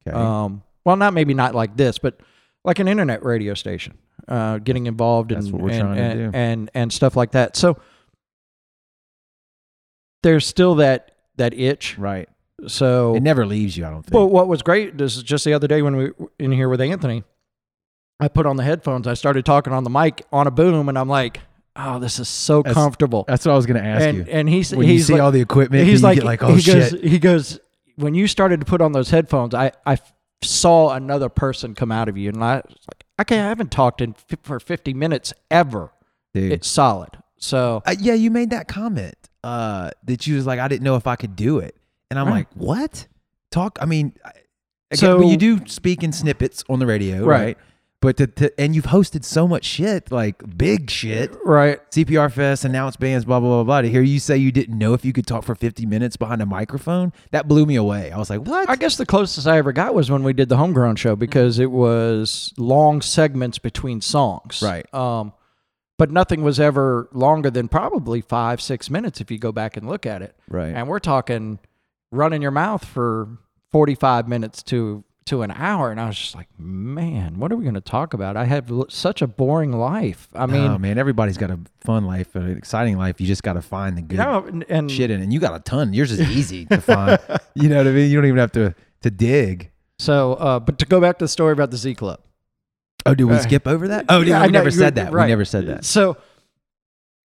A: Okay.
B: Um, well, not maybe not like this, but like an internet radio station, uh, getting involved in
A: That's what we're
B: and,
A: trying to
B: and,
A: do.
B: and and stuff like that. So there's still that that itch.
A: right.
B: So
A: It never leaves you. I don't think.
B: But what was great this is just the other day when we were in here with Anthony, I put on the headphones, I started talking on the mic on a boom, and I'm like, "Oh, this is so
A: That's-
B: comfortable."
A: that's what I was going to ask
B: And
A: you.
B: and he's
A: when you
B: he's
A: see
B: like,
A: all the equipment,
B: he's
A: you
B: like,
A: get like, oh
B: he goes
A: shit.
B: he goes when you started to put on those headphones, I I saw another person come out of you, and I was like, okay, I haven't talked in f- for 50 minutes ever.
A: Dude.
B: It's solid. So
A: Uh, yeah, you made that comment uh, that you was like, I didn't know if I could do it, and I'm
B: Right.
A: like, what? Talk. I mean, I, again,
B: So-
A: but you do speak in snippets on the radio,
B: Right.
A: right? But to, to, and you've hosted so much shit, like big shit,
B: right,
A: CPR Fest, announced bands, blah blah blah blah. To hear you say you didn't know if you could talk for 50 minutes behind a microphone, that blew me away. I was like, what?
B: I guess the closest I ever got was when we did the homegrown show because it was long segments between songs.
A: Right.
B: Um, but nothing was ever longer than probably five, six minutes if you go back and look at it.
A: Right.
B: And we're talking running your mouth for 45 minutes to to an hour. And I was just like, man, what are we going to talk about? I have l- such a boring life. I mean,
A: oh man, everybody's got a fun life, an exciting life. You just got to find the good
B: no, and, and
A: shit in, it. and you got a ton. Yours is easy to find. You know what I mean? You don't even have to to dig.
B: so, uh, but to go back to the story about the Z Club.
A: Oh, did we
B: Uh,
A: skip over that? Oh, dude,
B: Yeah,
A: we
B: I know,
A: never
B: you-
A: said that.
B: right.
A: We never said that.
B: So,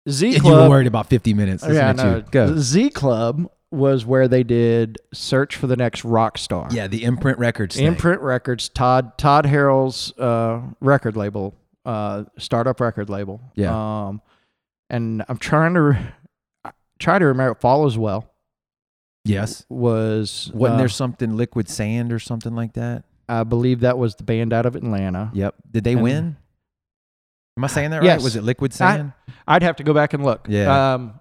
B: Z
A: And you were
B: Club.
A: worried about 50 minutes. Listen
B: yeah,
A: yeah,
B: no.
A: you. Go.
B: Z Club was where they did Search for the Next Rock Star.
A: Yeah, the imprint records. thing.
B: Imprint Records, Todd Todd Harrell's uh, record label, uh, startup record label.
A: Yeah.
B: Um, and I'm trying to re- I try to remember. Follows well
A: Yes.
B: was
A: Wasn't
B: uh,
A: there something liquid sand or something like that?
B: I believe that was the band out of Atlanta.
A: Yep. Did they
B: and-
A: win? Am I saying that
B: Yes.
A: right? Was it liquid
B: I-
A: sand?
B: I'd have to go back and look.
A: Yeah.
B: Um,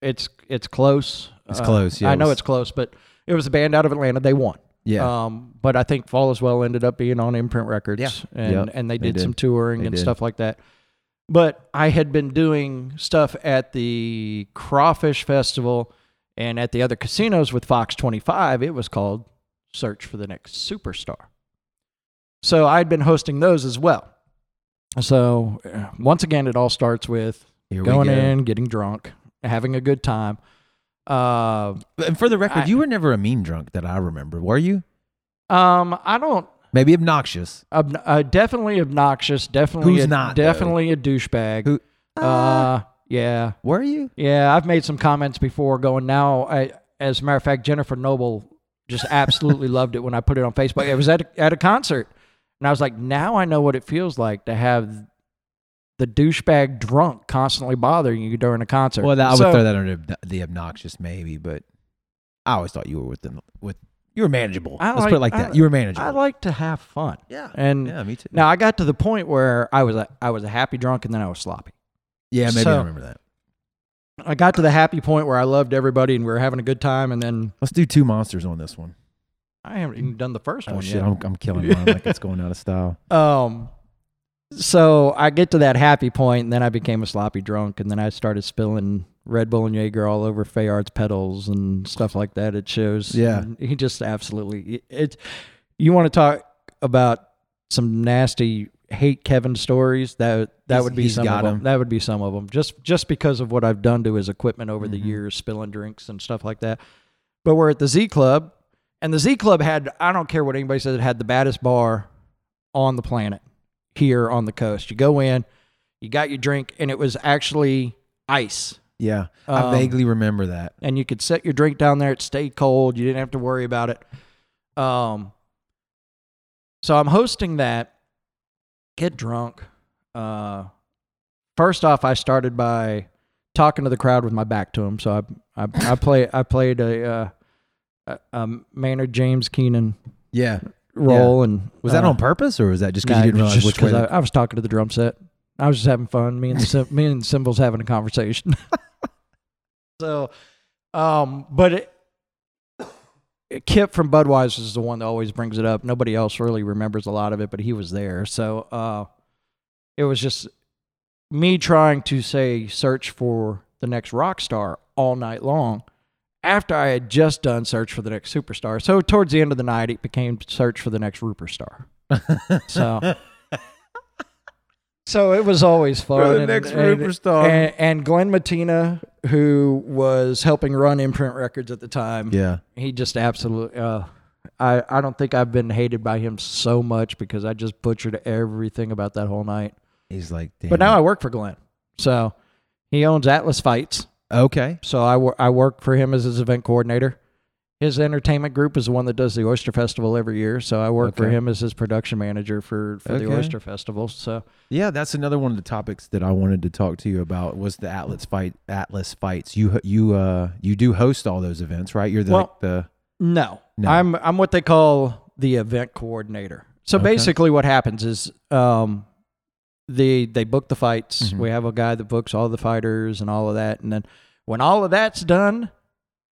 B: it's it's close.
A: It's
B: Uh,
A: close, yeah,
B: I
A: it
B: know
A: was-
B: it's close, but it was a band out of Atlanta. They won.
A: yeah.
B: Um, but I think Fall as Well ended up being on Imprint Records.
A: Yeah.
B: And,
A: Yep,
B: and they
A: they
B: did, some
A: did.
B: touring
A: They
B: and
A: did.
B: stuff like that. But I had been doing stuff at the Crawfish Festival and at the other casinos with Fox 25. It was called Search for the Next Superstar. So I'd been hosting those as well. So uh, once again, it all starts with
A: Here
B: going
A: we go.
B: in, getting drunk, having a good time. Uh,
A: And for the record,
B: I-
A: you were never a mean drunk that I remember, were you?
B: um, I don't
A: Maybe obnoxious.
B: Ob- uh, definitely obnoxious. Definitely
A: Who's
B: a,
A: not, though?
B: Definitely a douchebag.
A: Who-
B: Uh, yeah,
A: Were you?
B: yeah. I've made some comments before. Going now, I, as a matter of fact, Jennifer Noble just absolutely loved it when I put it on Facebook. It was at a, at a concert, and I was like, now I know what it feels like to have the douchebag drunk constantly bothering you during a concert.
A: Well, that, I would
B: So-
A: throw that under ob- the obnoxious, maybe, but I always thought you were with them. With you were manageable.
B: I
A: Let's put it
B: like-
A: like
B: I-
A: that. You were manageable.
B: I like to have fun.
A: yeah.
B: And
A: Yeah, me too.
B: now I got to the point where I was a, I was a happy drunk, and then I was sloppy.
A: yeah, maybe
B: so-
A: I remember that.
B: I got to the happy point where I loved everybody and we were having a good time, and then
A: Let's do two monsters on this one.
B: I haven't even done the first one
A: Oh shit,
B: yet.
A: I'm, I'm killing mine like it's going out of style.
B: Um, so I get to that happy point, and then I became a sloppy drunk, and then I started spilling Red Bull and Jaeger all over Fayard's pedals and stuff like that. It shows.
A: Yeah.
B: And he just absolutely it. You want to talk about some nasty hate Kevin stories? That that
A: He's-
B: would be
A: he's
B: some
A: got
B: of 'em.
A: 'em.
B: That would be some of them. Just just because of what I've done to his equipment over the
A: Mhm.
B: years, spilling drinks and stuff like that. But we're at the Z Club, and the Z Club had I don't care what anybody says, it had the baddest bar on the planet here on the coast. You go in, you got your drink, and it was actually ice.
A: Yeah, I
B: Um,
A: vaguely remember that.
B: and you could set your drink down there. It stayed cold. You didn't have to worry about it. Um, so I'm hosting that. Get drunk. Uh, first off, I started by talking to the crowd with my back to them. So I I, I play I played a, uh, a, a Maynard James Keenan
A: Yeah,
B: role and
A: was that
B: uh,
A: on purpose or was that just because
B: Nah,
A: you didn't realize
B: just
A: which way?
B: 'cause
A: the-
B: I, I was talking to the drum set. I was just having fun. Me and the, cy- me and cymbals having a conversation. so, um, but it, Kip from Budweiser is the one that always brings it up. Nobody else really remembers a lot of it, but he was there. So, uh, it was just me trying to say search for the next rock star all night long after I had just done search for the next superstar. So towards the end of the night, it became search for the next Rupert star. So. So it was always fun.
A: the
B: and-
A: next
B: and-
A: Rupestar.
B: And, and Glenn Matina, who was helping run Imprint Records at the time,
A: yeah,
B: he just absolutely. Uh, I I don't think I've been hated by him so much because I just butchered everything about that whole night.
A: he's like, Damn.
B: But now I work for Glenn. So he owns Atlas Fights.
A: okay,
B: So I, wor- I work for him as his event coordinator. His entertainment group is the one that does the Oyster Festival every year. So I work for
A: Okay.
B: him as his production manager for, for the
A: Okay.
B: Oyster Festival. So
A: yeah, that's another one of the topics that I wanted to talk to you about was the Atlas fight. Atlas fights. You ho- you uh you do host all those events, right? You're the
B: Well-
A: the
B: no,
A: No.
B: I'm I'm what they call the event coordinator. So
A: Okay.
B: basically, what happens is um, the they book the fights.
A: Mhm.
B: We have a guy that books all the fighters and all of that, and then when all of that's done,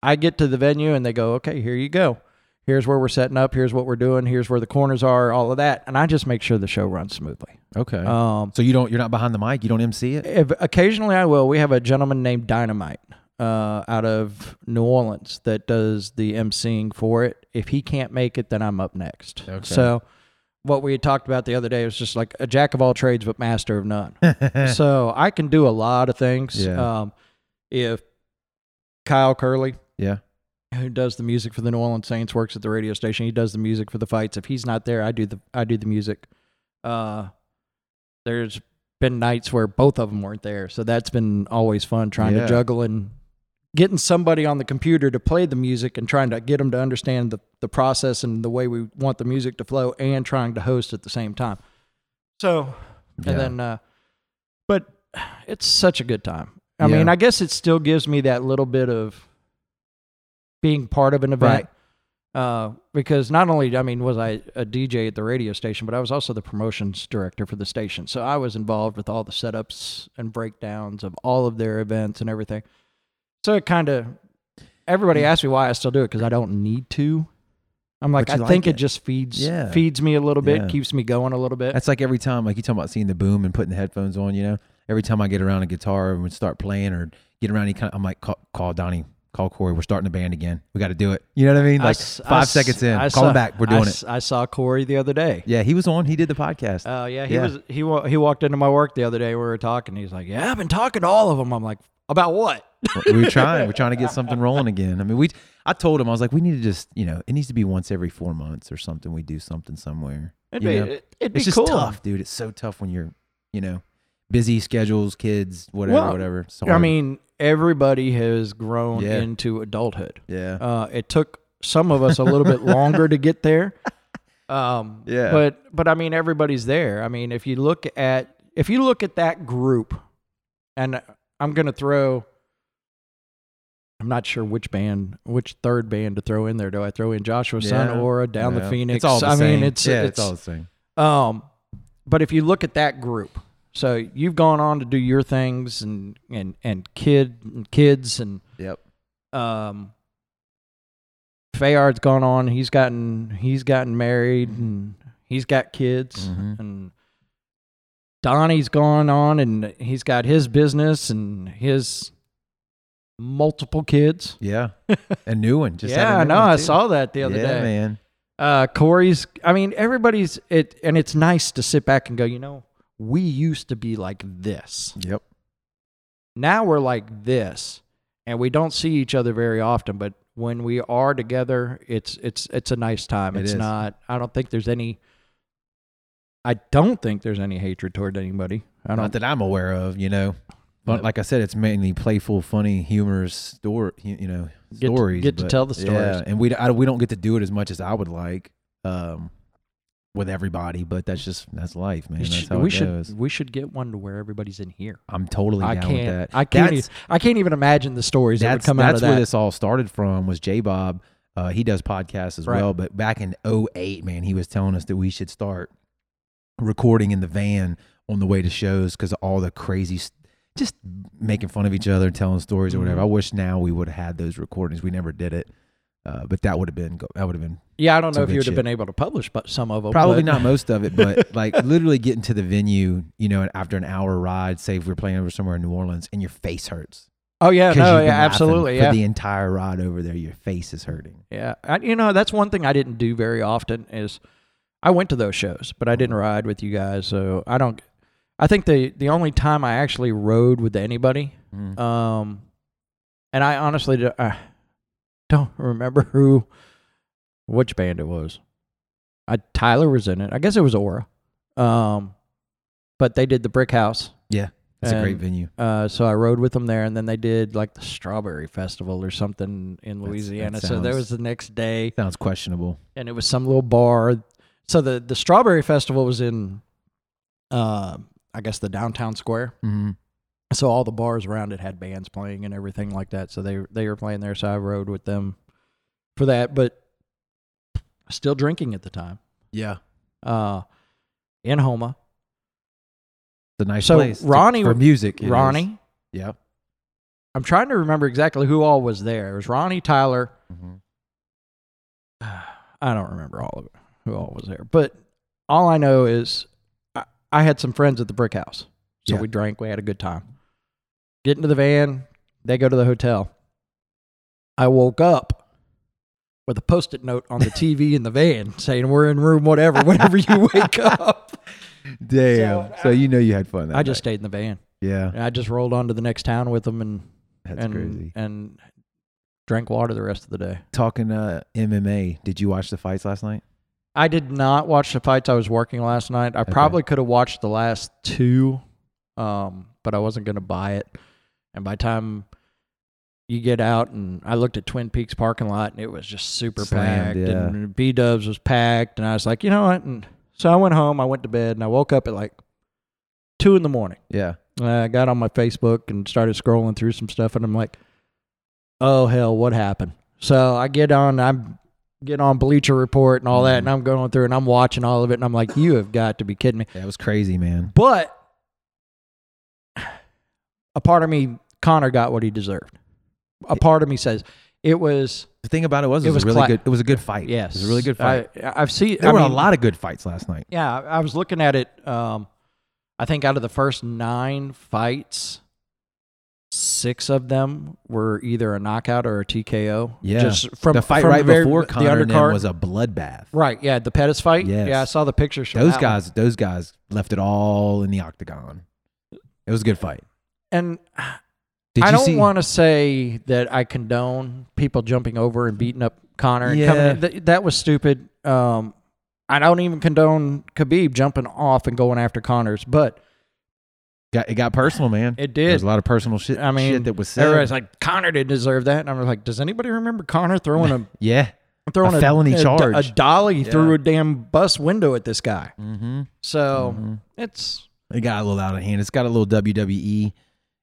B: I get to the venue and they go, "Okay, here you go. Here's where we're setting up. Here's what we're doing. Here's where the corners are. All of that." And I just make sure the show runs smoothly.
A: okay.
B: Um,
A: so you don't you're not behind the mic. You don't MC it.
B: if occasionally I will. We have a gentleman named Dynamite uh, out of New Orleans that does the emceeing for it. If he can't make it, then I'm up next.
A: Okay.
B: So what we had talked about the other day was just like a jack of all trades but master of none. so I can do a lot of things.
A: Eh. Yeah.
B: Um, if Kyle Curley,
A: yeah.
B: who does the music for the New Orleans Saints, works at the radio station. He does the music for the fights. If he's not there, I do the I do the music. Uh, there's been nights where both of them weren't there, so that's been always fun trying
A: Yeah.
B: to juggle and getting somebody on the computer to play the music and trying to get them to understand the the process and the way we want the music to flow, and trying to host at the same time. So
A: Yeah.
B: and then, uh, but it's such a good time. I
A: Yeah.
B: mean, I guess it still gives me that little bit of being part of an event. Uh, because not only, I mean, was I a DJ at the radio station, but I was also the promotions director for the station. So I was involved with all the setups and breakdowns of all of their events and everything. So it kind of,
A: Mm.
B: everybody asks me why I still do it because I don't need to. I'm like,
A: But
B: I
A: you
B: think
A: like it.
B: it. just feeds
A: Yeah.
B: feeds me a little bit,
A: Yeah.
B: keeps me going a little bit.
A: That's like every time, like you talking about seeing the boom and putting the headphones on. You know, every time I get around a guitar and we start playing or get around any kind, of, I'm like, call, call Donnie, call Corey. We're starting the band again. We got to do it. You know what I mean?
B: I
A: Like
B: s- I
A: five
B: s-
A: seconds in,
B: I
A: call
B: saw-
A: him back. We're
B: I
A: doing
B: s- I saw Corey the other day.
A: it. Yeah, he was on. He did the podcast.
B: Oh yeah, he
A: Yeah.
B: was he wa- he walked into my work the other day. We were talking. He's like, "Yeah, I've been talking to all of them." I'm like, "About what?"
A: we were trying. We're trying to get something rolling again. I mean, we. I told him I was like, we need to just, you know, it needs to be once every four months or something. We do something somewhere.
B: It'd
A: you
B: be
A: know?
B: it, it'd be
A: it's just
B: cool.
A: tough, dude. It's so tough when you're, you know, busy schedules, kids, whatever,
B: Well,
A: whatever. It's
B: I
A: hard.
B: mean, everybody has grown
A: Yeah.
B: into adulthood.
A: yeah,
B: Uh, it took some of us a little bit longer to get there. Um,
A: Yeah.
B: But but I mean, everybody's there. I mean, if you look at if you look at that group, and I'm gonna throw. I'm not sure which band, which third band to throw in there. Do I throw in Joshua Sun
A: Yeah.
B: or Down
A: Yeah.
B: the Phoenix?
A: It's all the
B: I
A: same.
B: mean, it's
A: yeah,
B: it's,
A: it's, all the same.
B: Um, but if you look at that group, so you've gone on to do your things and and and kid and kids and
A: Yep.
B: um Fayard's gone on,
A: Mm.
B: he's
A: Mm-hmm.
B: gotten he's gotten married and he's got kids
A: Mhm.
B: and Donnie's gone on and he's got his business and his multiple kids.
A: Yeah, a new one. Just had a
B: yeah, I
A: new
B: know.
A: one,
B: I
A: too.
B: saw that the other
A: yeah,
B: day.
A: man.
B: Uh, Corey's. I mean, everybody's it, and it's nice to sit back and go. You know, we used to be like this.
A: Yep.
B: Now we're like this, and we don't see each other very often. But when we are together, it's it's it's a nice time.
A: It
B: it's
A: is.
B: not. I don't think there's any. I don't think there's any hatred toward anybody.
A: Not
B: I don't.
A: that I'm aware of, you know. But
B: Yep.
A: like I said, it's mainly playful, funny, humorous story. You you know,
B: to-
A: stories.
B: get to
A: but-
B: tell the
A: Yeah,
B: stories.
A: and we I, we don't get to do it as much as I would like, um, with everybody. But that's just that's life, man.
B: we
A: That's
B: should,
A: how
B: we
A: it goes.
B: should we should get one to where everybody's in here.
A: I'm totally
B: I
A: down
B: can't.
A: with that.
B: I can't.
A: That's-
B: Even, I can't even imagine the stories that would
A: that's
B: come out
A: that's
B: of
A: where
B: that.
A: this all started from was J Bob. Uh, he does podcasts as
B: Right.
A: well, but back in 08, man, he was telling us that we should start recording in the van on the way to shows because of all the crazy, s- just making fun of each other, telling stories or whatever.
B: Mhm.
A: I wish now we would have had those recordings. We never did it, uh, but that would have been go- that would have been
B: yeah, I don't
A: some
B: know if
A: good
B: you would have
A: shit.
B: been able to publish, but some of them
A: Probably
B: but-
A: not most of it, but like literally getting to the venue, you know, after an hour ride, say if we're playing over somewhere in New Orleans and your face hurts.
B: Oh yeah,
A: 'cause
B: no,
A: you've been
B: yeah,
A: laughing
B: absolutely, yeah,
A: For the entire ride over there, your face is hurting.
B: yeah. I, you know, that's one thing I didn't do very often is I went to those shows, but I
A: Mm-hmm.
B: didn't ride with you guys, so I don't. I think the the only time I actually rode with anybody,
A: Mm-hmm.
B: um, and I honestly do, I don't remember who, which band it was. I Tyler was in it. I guess it was Aura, um, but they did the Brick House.
A: It's a great
B: And
A: venue.
B: Uh, so I rode with them there, and then they did like the Strawberry Festival or something in
A: that
B: Louisiana. so there
A: sounds-
B: was the next day,
A: Sounds questionable.
B: and it was some little bar. So the the Strawberry Festival was in, uh, I guess the downtown square.
A: Mm-hmm.
B: So all the bars around it had bands playing and everything like that. So they they were playing there. So I rode with them for that, but still drinking at the time.
A: Yeah,
B: Uh, in Homa,
A: it's a nice
B: So
A: place. to-
B: Ronnie-
A: for music, it is.
B: Ronnie.
A: Yeah,
B: I'm trying to remember exactly who all was there. It was Ronnie Tyler.
A: Mhm.
B: I don't remember all of it, who all was there. But all I know is I, I had some friends at the brick house. So
A: Yeah.
B: we drank, we had a good time. Get into the van, they go to the hotel. I woke up with a post it note on the TV in the van saying, We're in room whatever, whenever you wake up.
A: damn. So,
B: So-
A: you know you had fun. That
B: I just
A: night.
B: stayed in the van.
A: yeah,
B: And I just rolled on to the next town with them and,
A: that's
B: and,
A: crazy.
B: and drank water the rest of the day.
A: Talking uh, MMA, did you watch the fights last night?
B: I did not watch the fights. I was working last night. I
A: Okay.
B: probably could have watched the last two, um, but I wasn't going to buy it. And by the time you get out, and I looked at Twin Peaks parking lot, and it was just super
A: Slammed,
B: packed,
A: yeah.
B: and B Dubs was packed, and I was like, you know what? And so I went home. I went to bed, and I woke up at like two in the morning.
A: Yeah,
B: I got on my Facebook and started scrolling through some stuff, and I'm like, "Oh hell, what happened?" So I get on, I'm get on Bleacher Report and all
A: Mm-hmm.
B: that, and I'm going through and I'm watching all of it, and I'm like, "You have got to be kidding me!"
A: that was crazy, man.
B: But a part of me, Connor got what he deserved. A part of me says it was
A: The thing about it was,
B: It
A: it was,
B: was
A: a really
B: cla-
A: good. It was a good fight.
B: yes,
A: it was a really good fight.
B: I, I've seen
A: there
B: I
A: were
B: mean,
A: a lot of good fights last night.
B: Yeah, I I was looking at it. Um, I think out of the first nine fights, six of them were either a knockout or a TKO.
A: Yeah.
B: just from
A: the fight
B: from
A: right
B: the very-
A: before Connor
B: the
A: and them
B: undercard
A: was a bloodbath.
B: Right, yeah, the Pettis fight.
A: Yes.
B: Yeah, I saw the pictures. From
A: Those
B: that one.
A: guys, those guys left it all in the octagon. It was a good fight.
B: and
A: Did
B: I
A: you
B: don't
A: see?
B: want to say that I condone people jumping over and beating up Connor. And
A: Yeah.
B: coming in. Th- that was stupid. Um, I don't even condone Khabib jumping off and going after Connors, but
A: got, it got personal, man.
B: it
A: There's
B: did.
A: a lot of personal shit.
B: I mean,
A: shit that was said.
B: Everybody's like, Connor didn't deserve that. And I'm like, does anybody remember Connor throwing a
A: yeah.
B: throwing
A: A felony
B: do- A,
A: charge.
B: dolly
A: Yeah.
B: through a damn bus window at this guy.
A: Mm-hmm.
B: So it's
A: It got a little out of hand. It's got a little WWE,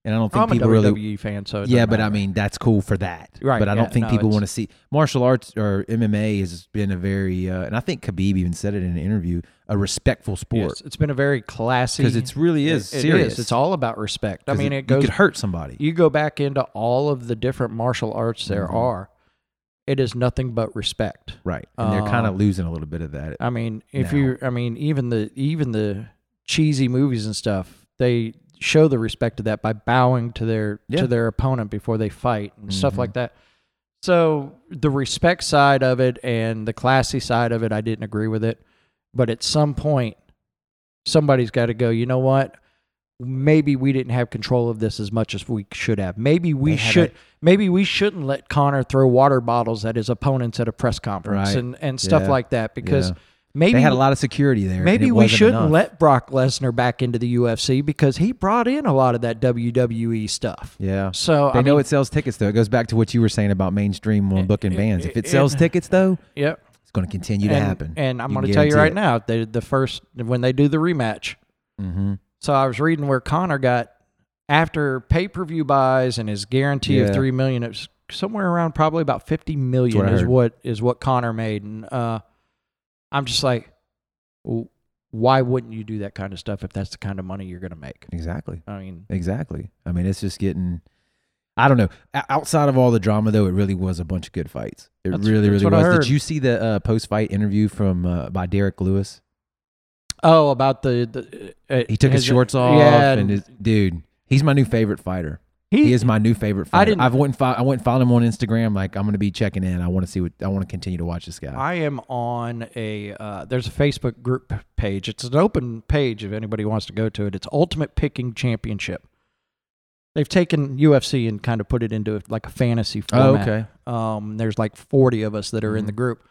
A: and I don't think
B: I'm a E
A: people
B: WWE
A: really.
B: fan, so it
A: Yeah,
B: doesn't
A: but I
B: matter.
A: mean that's cool for that.
B: Right,
A: But I
B: yeah,
A: don't think
B: no,
A: people
B: it's-
A: want to see martial arts or MMA has been a very, uh, and I think Khabib even said it in an interview, a respectful sport
B: Yes, it's been a very classy
A: because it's really is
B: it- it
A: serious.
B: It's all about respect. I
A: 'Cause
B: mean, it, goes.
A: you
B: You,
A: could hurt somebody.
B: go back into all of the different martial arts there
A: Mhm.
B: are. It is nothing but respect. Uh,
A: Right. And they're kind of losing a little bit of that.
B: I mean, if
A: now.
B: you, I mean, even the even the cheesy movies and stuff, they show the respect to that by bowing to their
A: Yeah.
B: to their opponent before they fight and stuff
A: Mhm.
B: like that. So the respect side of it and the classy side of it, I didn't agree with it. But at some point, somebody's got to go. You know what? Maybe we didn't have control of this as much as we should have. Maybe we
A: They had
B: should. maybe we shouldn't let Connor throw water bottles at his opponents at a press conference
A: Right.
B: and and stuff
A: Yeah.
B: like that because
A: Yeah.
B: maybe
A: they had a lot of security there. and
B: Maybe
A: it
B: we
A: wasn't
B: shouldn't
A: enough.
B: let Brock Lesnar back into the UFC because he brought in a lot of that WWE stuff.
A: Yeah.
B: So
A: They
B: I
A: know
B: mean,
A: it sells tickets though. It goes back to what you were saying about mainstream on booking bands. If it sells
B: it-
A: tickets though,
B: Yep.
A: it's going to continue to
B: and,
A: happen.
B: And I'm
A: You
B: going to
A: can
B: tell you right
A: guarantee
B: now, the the first when they do the rematch.
A: it. Mhm.
B: So I was reading where Connor got after pay per view buys and his guarantee of
A: Yeah.
B: three million. It was somewhere around probably about fifty million
A: what I
B: is
A: heard.
B: what is what Connor made, and uh, I'm just like, w- why wouldn't you do that kind of stuff if that's the kind of money you're going to make?
A: Exactly.
B: I mean,
A: Exactly. I mean, it's just getting. I don't know. O- Outside of all the drama, though, it really was a bunch of good fights. It
B: That's-
A: really,
B: that's
A: really
B: what I
A: was.
B: heard.
A: Did you see the uh, post-fight interview from uh, by Derek Lewis?
B: oh, about the, the uh,
A: He took his, shorts off,
B: yeah,
A: and his, dude, he's my new favorite fighter.
B: he,
A: He, is my new favorite
B: I
A: fighter. I
B: didn't-
A: didn't. I've went and fo- I went and followed him on Instagram. Like I'm gonna be checking in. I want to see what I want to continue to watch this guy.
B: I am on a uh, there's a Facebook group page. It's an open page if anybody wants to go to it. It's Ultimate Picking Championship. They've taken UFC and kind of put it into like a fantasy
A: oh,
B: format.
A: okay. Hmm.
B: Um, there's like 40 of us that are in the group.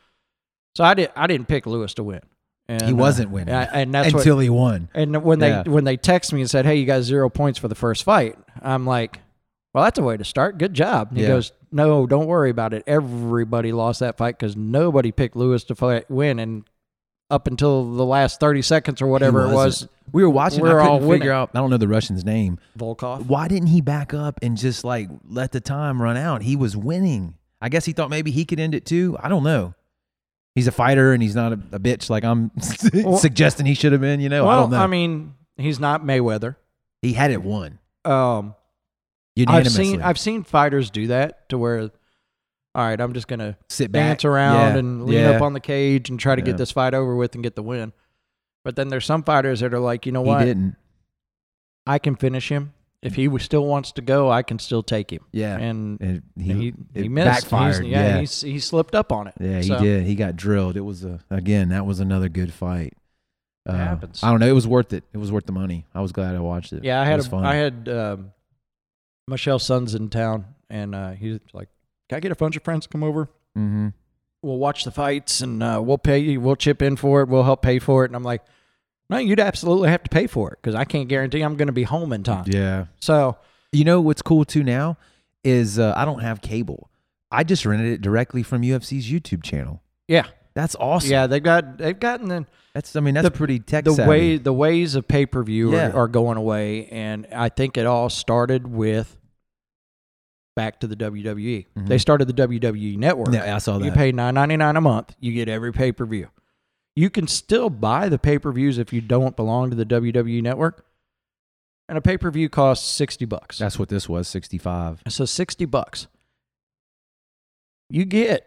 B: So I did I didn't pick Lewis to win. And,
A: He wasn't
B: uh,
A: winning
B: I- and that's what
A: Until he won.
B: and when they
A: Yeah.
B: when they text me and said, "Hey, you got zero points for the first fight," I'm like, "Well, that's a way to start. Good job." He
A: Yeah.
B: goes, "No, don't worry about it. Everybody lost that fight because nobody picked Lewis to fight, win, and up until the last thirty seconds or whatever it
A: He
B: was,
A: wasn't. We were watching.
B: We're
A: I couldn't
B: all winning.
A: figure out. I don't know the Russian's name.
B: Volkov."
A: Why didn't he back up and just like let the time run out? He was winning. I guess he thought maybe he could end it too. I don't know. He's a fighter and he's not a, a bitch like I'm suggesting he should have been. You know, I
B: well,
A: don't know.
B: mean, he's not Mayweather.
A: he had it won
B: Um, I've
A: unanimously.
B: seen I've seen fighters do that to where, all right, I'm just gonna
A: sit back,
B: dance around
A: Yeah.
B: and lean
A: Yeah.
B: up on the cage and try to
A: Yeah.
B: get this fight over with and get the win. But then there's some fighters that are like, you know
A: He
B: what?
A: didn't.
B: I can finish him. If he was- still wants to go, I can still take him.
A: Yeah,
B: And
A: And
B: he, he,
A: it
B: missed.
A: Backfired.
B: He's-
A: yeah,
B: yeah, he's- he slipped up on it.
A: Yeah, he
B: So,
A: did. He got drilled. It was a again. That was another good fight. Uh,
B: It happens.
A: I don't know. It was worth it. It was worth the money. I was glad I watched it.
B: Yeah, I
A: it
B: had
A: was
B: a,
A: fun.
B: I had um, Michelle's son's in town, and uh, he's like, "Can I get a bunch of friends to come over?
A: mm-hmm.
B: We'll watch the fights, and uh, we'll pay you. We'll chip in for it. We'll help pay for it." And I'm like, "No, you'd absolutely have to pay for it because I can't guarantee I'm going to be home in time."
A: Yeah.
B: So
A: You know what's cool too now is uh, I don't have cable. I just rented it directly from UFC's YouTube channel.
B: yeah,
A: That's awesome.
B: yeah, they've got they've gotten the
A: That's I mean that's
B: The-
A: pretty tech
B: the
A: savvy.
B: way the ways of pay per view
A: Yeah.
B: are, are going away, and I think it all started with back to the WWE.
A: Mhm.
B: They started the WWE network.
A: yeah, I saw that.
B: you pay nine ninety nine a month, you get every pay per view. You can still buy the pay per views if you don't belong to the WWE network, and a pay per view costs sixty bucks.
A: that's what this was. Sixty five.
B: so sixty bucks. You get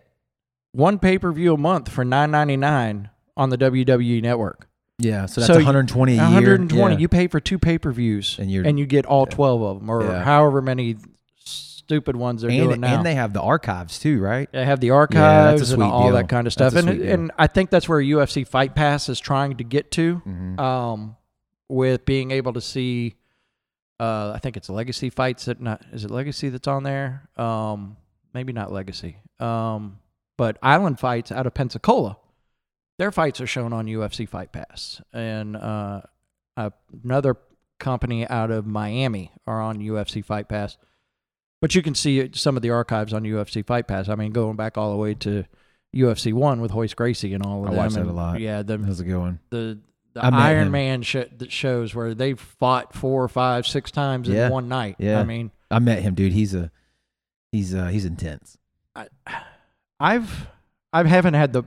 B: one pay per view a month for nine ninety nine on the WWE network.
A: Yeah. So
B: So
A: that's
B: you-
A: one hundred twenty a year.
B: 120.
A: Yeah.
B: You pay for two pay per views, and,
A: And you're-
B: you get all
A: yeah.
B: 12 of them, or
A: Yeah.
B: however many stupid ones they're doing
A: and,
B: now.
A: and they have the archives too, right?
B: they have the
A: Yeah, that's a
B: archives and
A: sweet
B: all
A: deal.
B: that kind of
A: That's
B: stuff.
A: a
B: And,
A: sweet deal.
B: and I think that's where UFC Fight Pass is trying to get to
A: Mm-hmm.
B: um, with being able to see. Uh, I think it's legacy fights that not is it legacy that's on there. Um, maybe not legacy. Um, but island fights out of Pensacola, their fights are shown on UFC Fight Pass, and uh, another company out of Miami are on UFC Fight Pass. But you can see some of the archives on UFC Fight Pass. I mean, going back all the way to UFC One with Hoist Gracie and all of
A: I
B: them.
A: watch that
B: and,
A: a lot.
B: Yeah, the,
A: That was a good one.
B: the the
A: I met
B: Iron
A: him.
B: Man sh- that shows where they fought four or five, six times
A: Yeah.
B: in one night.
A: Yeah.
B: I mean,
A: I met him, dude. He's a he's uh he's intense.
B: I've I haven't had the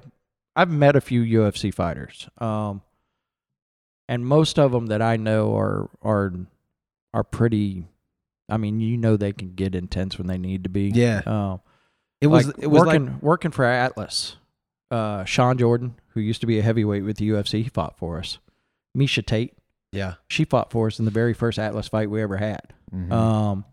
B: I've met a few UFC fighters, um, and most of them that I know are are are pretty. I mean, you know, they can get intense when they need to be.
A: Yeah.
B: Um,
A: It was
B: like
A: it was
B: working
A: like
B: working for Atlas. Uh, Sean Jordan, who used to be a heavyweight with the UFC, he fought for us. Misha Tate,
A: Yeah.
B: She fought for us in the very first Atlas fight we ever had.
A: Mhm.
B: Um,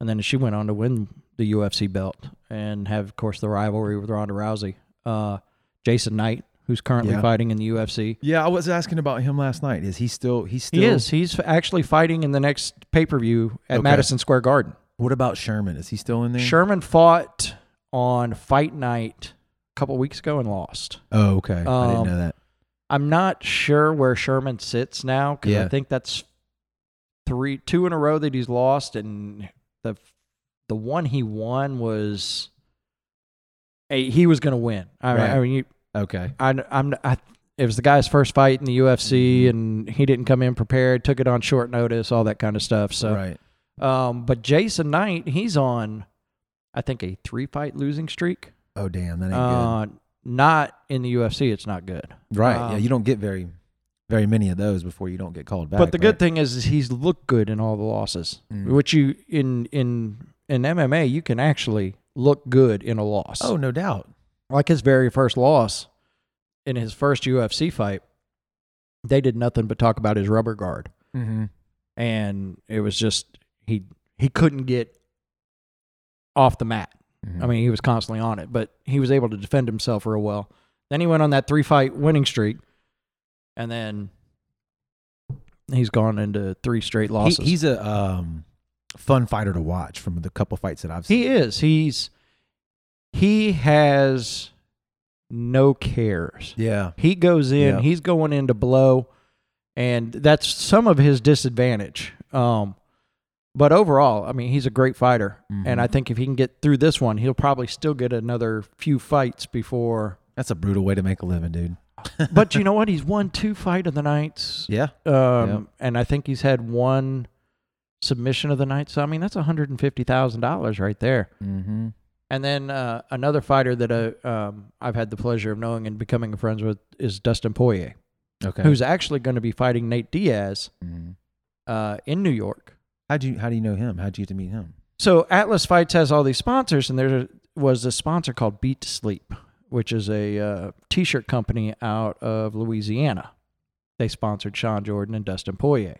B: and then she went on to win the UFC belt and have, of course, the rivalry with Ronda Rousey. Uh, Jason Knight, who's currently
A: Yeah.
B: fighting in the UFC.
A: yeah, I was asking about him last night. Is he still? He's still.
B: He is. He's actually fighting in the next pay per view at
A: Okay.
B: Madison Square Garden.
A: What about Sherman? Is he still in there?
B: Sherman fought on Fight Night a couple weeks ago and lost.
A: Oh, okay. I didn't
B: Um,
A: know that.
B: I'm not sure where Sherman sits now because I
A: Yeah.
B: think that's three, two in a row that he's lost, and the the one he won was eh, he was going to win. I,
A: Right.
B: I mean, you,
A: Okay.
B: I, I'm I, it was the guy's first fight in the UFC,
A: Mm-hmm.
B: and he didn't come in prepared, took it on short notice, all that kind of stuff. So,
A: right.
B: um, but Jason Knight, he's on, I think a three fight losing streak.
A: Oh, damn. That ain't
B: Uh, not in the UFC, it's not good.
A: good. Right. yeah.
B: um,
A: You don't get very, very many of those before you don't get called back.
B: But the good
A: right?
B: thing is, is he's looked good in all the losses,
A: Mm.
B: which you in in in MMA you can actually look good in a loss.
A: Oh, no doubt.
B: like his very first loss in his first UFC fight, they did nothing but talk about his rubber guard,
A: Mm-hmm.
B: and it was just he he couldn't get off the mat.
A: Mm-hmm.
B: I mean, he was constantly on it, but he was able to defend himself real well. Then he went on that three fight winning streak, and then he's gone into three straight losses.
A: He, he's a um, fun fighter to watch from the couple fights that I've seen.
B: he is. He's he has no cares.
A: yeah.
B: He goes in.
A: Yeah.
B: He's going in to blow, and that's some of his disadvantage. Um, but overall, I mean, he's a great fighter,
A: Mm-hmm.
B: and I think if he can get through this one, he'll probably still get another few fights before.
A: That's a brutal way to make a living, dude.
B: But you know what? He's won two fight of the nights,
A: Yeah.
B: um, and I think he's had one submission of the night. So I mean, that's one hundred and fifty thousand dollars right there.
A: Mm-hmm.
B: And then uh, another fighter that uh, um, I've had the pleasure of knowing and becoming friends with is Dustin Poirier
A: Okay.
B: who's actually going to be fighting Nate Diaz
A: Mhm.
B: uh, in New York.
A: How'd you, how do you know him? How'd you get to meet him?
B: So Atlas Fights has all these sponsors, and there was a sponsor called Beat to Sleep, which is a uh, t-shirt company out of Louisiana. They sponsored Sean Jordan and Dustin Poirier.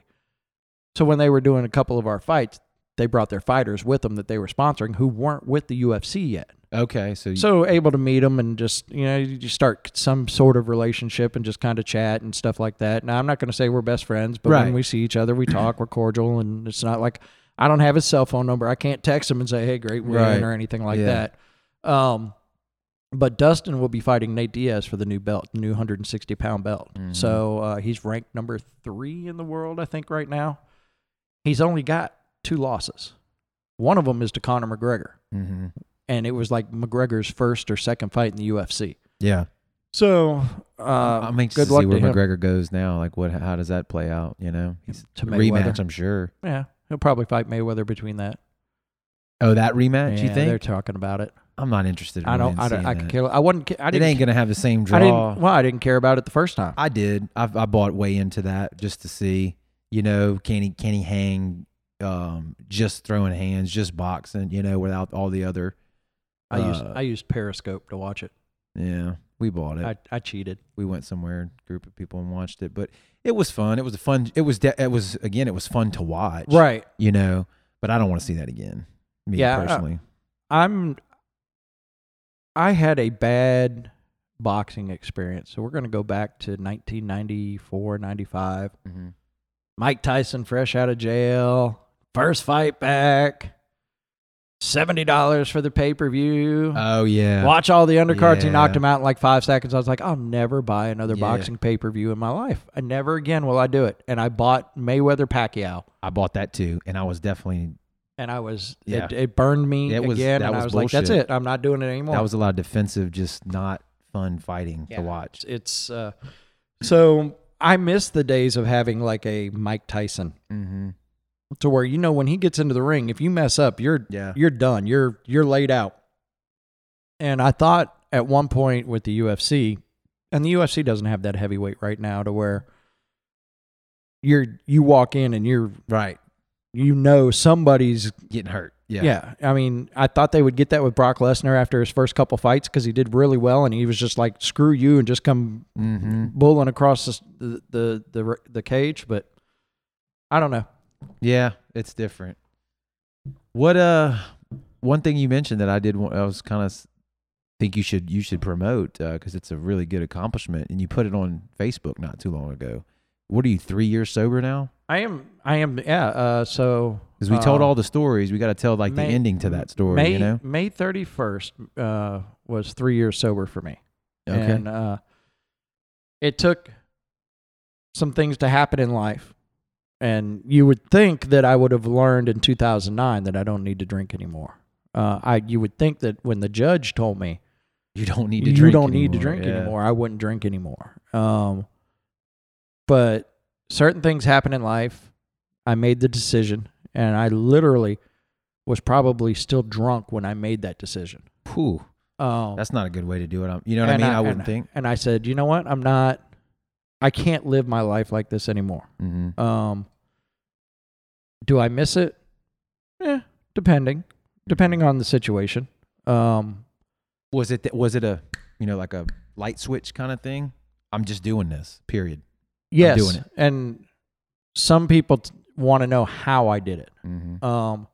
B: So when they were doing a couple of our fights, they brought their fighters with them that they were sponsoring who weren't with the UFC yet.
A: Okay. So, you,
B: So able to meet them and just you know you just start some sort of relationship and just kind of chat and stuff like that. Now I'm not going to say we're best friends, but when
A: Right.
B: we see each other, we talk, we're cordial, and it's not like I don't have his cell phone number. I can't text him and say hey, great win
A: Right.
B: or anything like
A: Yeah.
B: that. Um, but Dustin will be fighting Nate Diaz for the new belt, the new 160 pound belt.
A: Mhm.
B: So uh, he's ranked number three in the world, I think, right now. He's only got two losses. One of them is to Conor McGregor
A: hmm
B: and it was like McGregor's first or second fight in the UFC.
A: yeah.
B: So uh,
A: I'm anxious
B: good
A: to
B: luck
A: see where
B: to him.
A: McGregor goes now. Like, what? How does that play out? You know, he's
B: To
A: rematch.
B: Mayweather.
A: I'm sure.
B: Yeah, he'll probably fight Mayweather between that.
A: Oh, that rematch?
B: yeah,
A: you
B: They're
A: think?
B: talk- talking about it.
A: I'm not interested.
B: I
A: really
B: don't.
A: in
B: I don't.
A: seeing
B: I could
A: that.
B: care. I wasn't. ca- I
A: It
B: didn't.
A: ain't gonna have the same draw.
B: I didn't. Well, I didn't care about it the first time.
A: I did. I've I bought way into that just to see, you know, can he can he hang um just throwing hands, just boxing, you know, without all the other
B: I, used.
A: uh,
B: I used Periscope to watch it.
A: Yeah. We bought it.
B: I, I cheated.
A: we went somewhere, group of people and watched it. But it was fun. It was a fun it was de- it was again, it was fun to watch.
B: Right.
A: You know, but I don't want to see that again. Me
B: Yeah, uh,
A: personally.
B: I'm. I had a bad boxing experience, so we're going to go back to 1994, 95.
A: hmm
B: Mike Tyson fresh out of jail, first fight back, seventy dollars for the pay per view.
A: Oh yeah.
B: Watch all the undercards. He
A: Yeah.
B: knocked him out in like five seconds. I was like, I'll never buy another
A: Yeah.
B: boxing pay per view in my life. I never again will I do it. And I bought Mayweather Pacquiao,
A: I bought that too, and I was definitely
B: and I was
A: Yeah.
B: it, it burned me
A: It was-
B: again.
A: that
B: And I
A: was
B: was like, that's
A: bullshit.
B: it. I'm not doing it anymore.
A: that was a lot of defensive, just not fun fighting
B: Yeah.
A: to watch.
B: it's uh, so I miss the days of having like a Mike Tyson
A: Mm-hmm.
B: to where you know when he gets into the ring, if you mess up, you're
A: Yeah.
B: you're done. You're you're laid out. And I thought at one point with the UFC, and the UFC doesn't have that heavyweight right now to where you're you walk in and you're
A: Right.
B: you know somebody's
A: Getting hurt.
B: yeah. I mean, I thought they would get that with Brock Lesnar after his first couple fights because he did really well and he was just like screw you and just come
A: Mm-hmm.
B: bulling across the the the, the cage, but I don't know.
A: Yeah, it's different. What uh, one thing you mentioned that I did, want I was kind of think you should you should promote because it's a really good accomplishment, and you put it on Facebook not too long ago. What are you three years sober now?
B: I am. I am. Yeah. Uh, so
A: Because we told
B: uh,
A: all the stories, we got to tell like
B: May-
A: the ending to that story.
B: May
A: you know?
B: May thirty first uh, was three years sober for me.
A: Okay.
B: And uh, it took some things to happen in life. And you would think that I would have learned in 2009 that I don't need to drink anymore. Uh, I you would think that when the judge told me
A: you don't need to
B: you
A: drink.
B: don't need to
A: anymore.
B: drink
A: Yeah.
B: anymore, I wouldn't drink anymore. Um, but certain things happen in life. I made the decision, and I literally was probably still drunk when I made that decision.
A: Whew,
B: Um,
A: that's not a good way to do it. I'm- You know what I
B: and
A: mean? I, wouldn't
B: and-
A: think.
B: And I said, you know what? I'm not. I can't live my life like this anymore.
A: Mm-hmm.
B: Um, do I miss it? Yeah, depending, depending on the situation. Um,
A: Was it th- was it a you know like a light switch kind of thing? I'm just doing this. Period.
B: yes,
A: doing it.
B: and some people t- want to know how I did it.
A: Mm-hmm.
B: Um,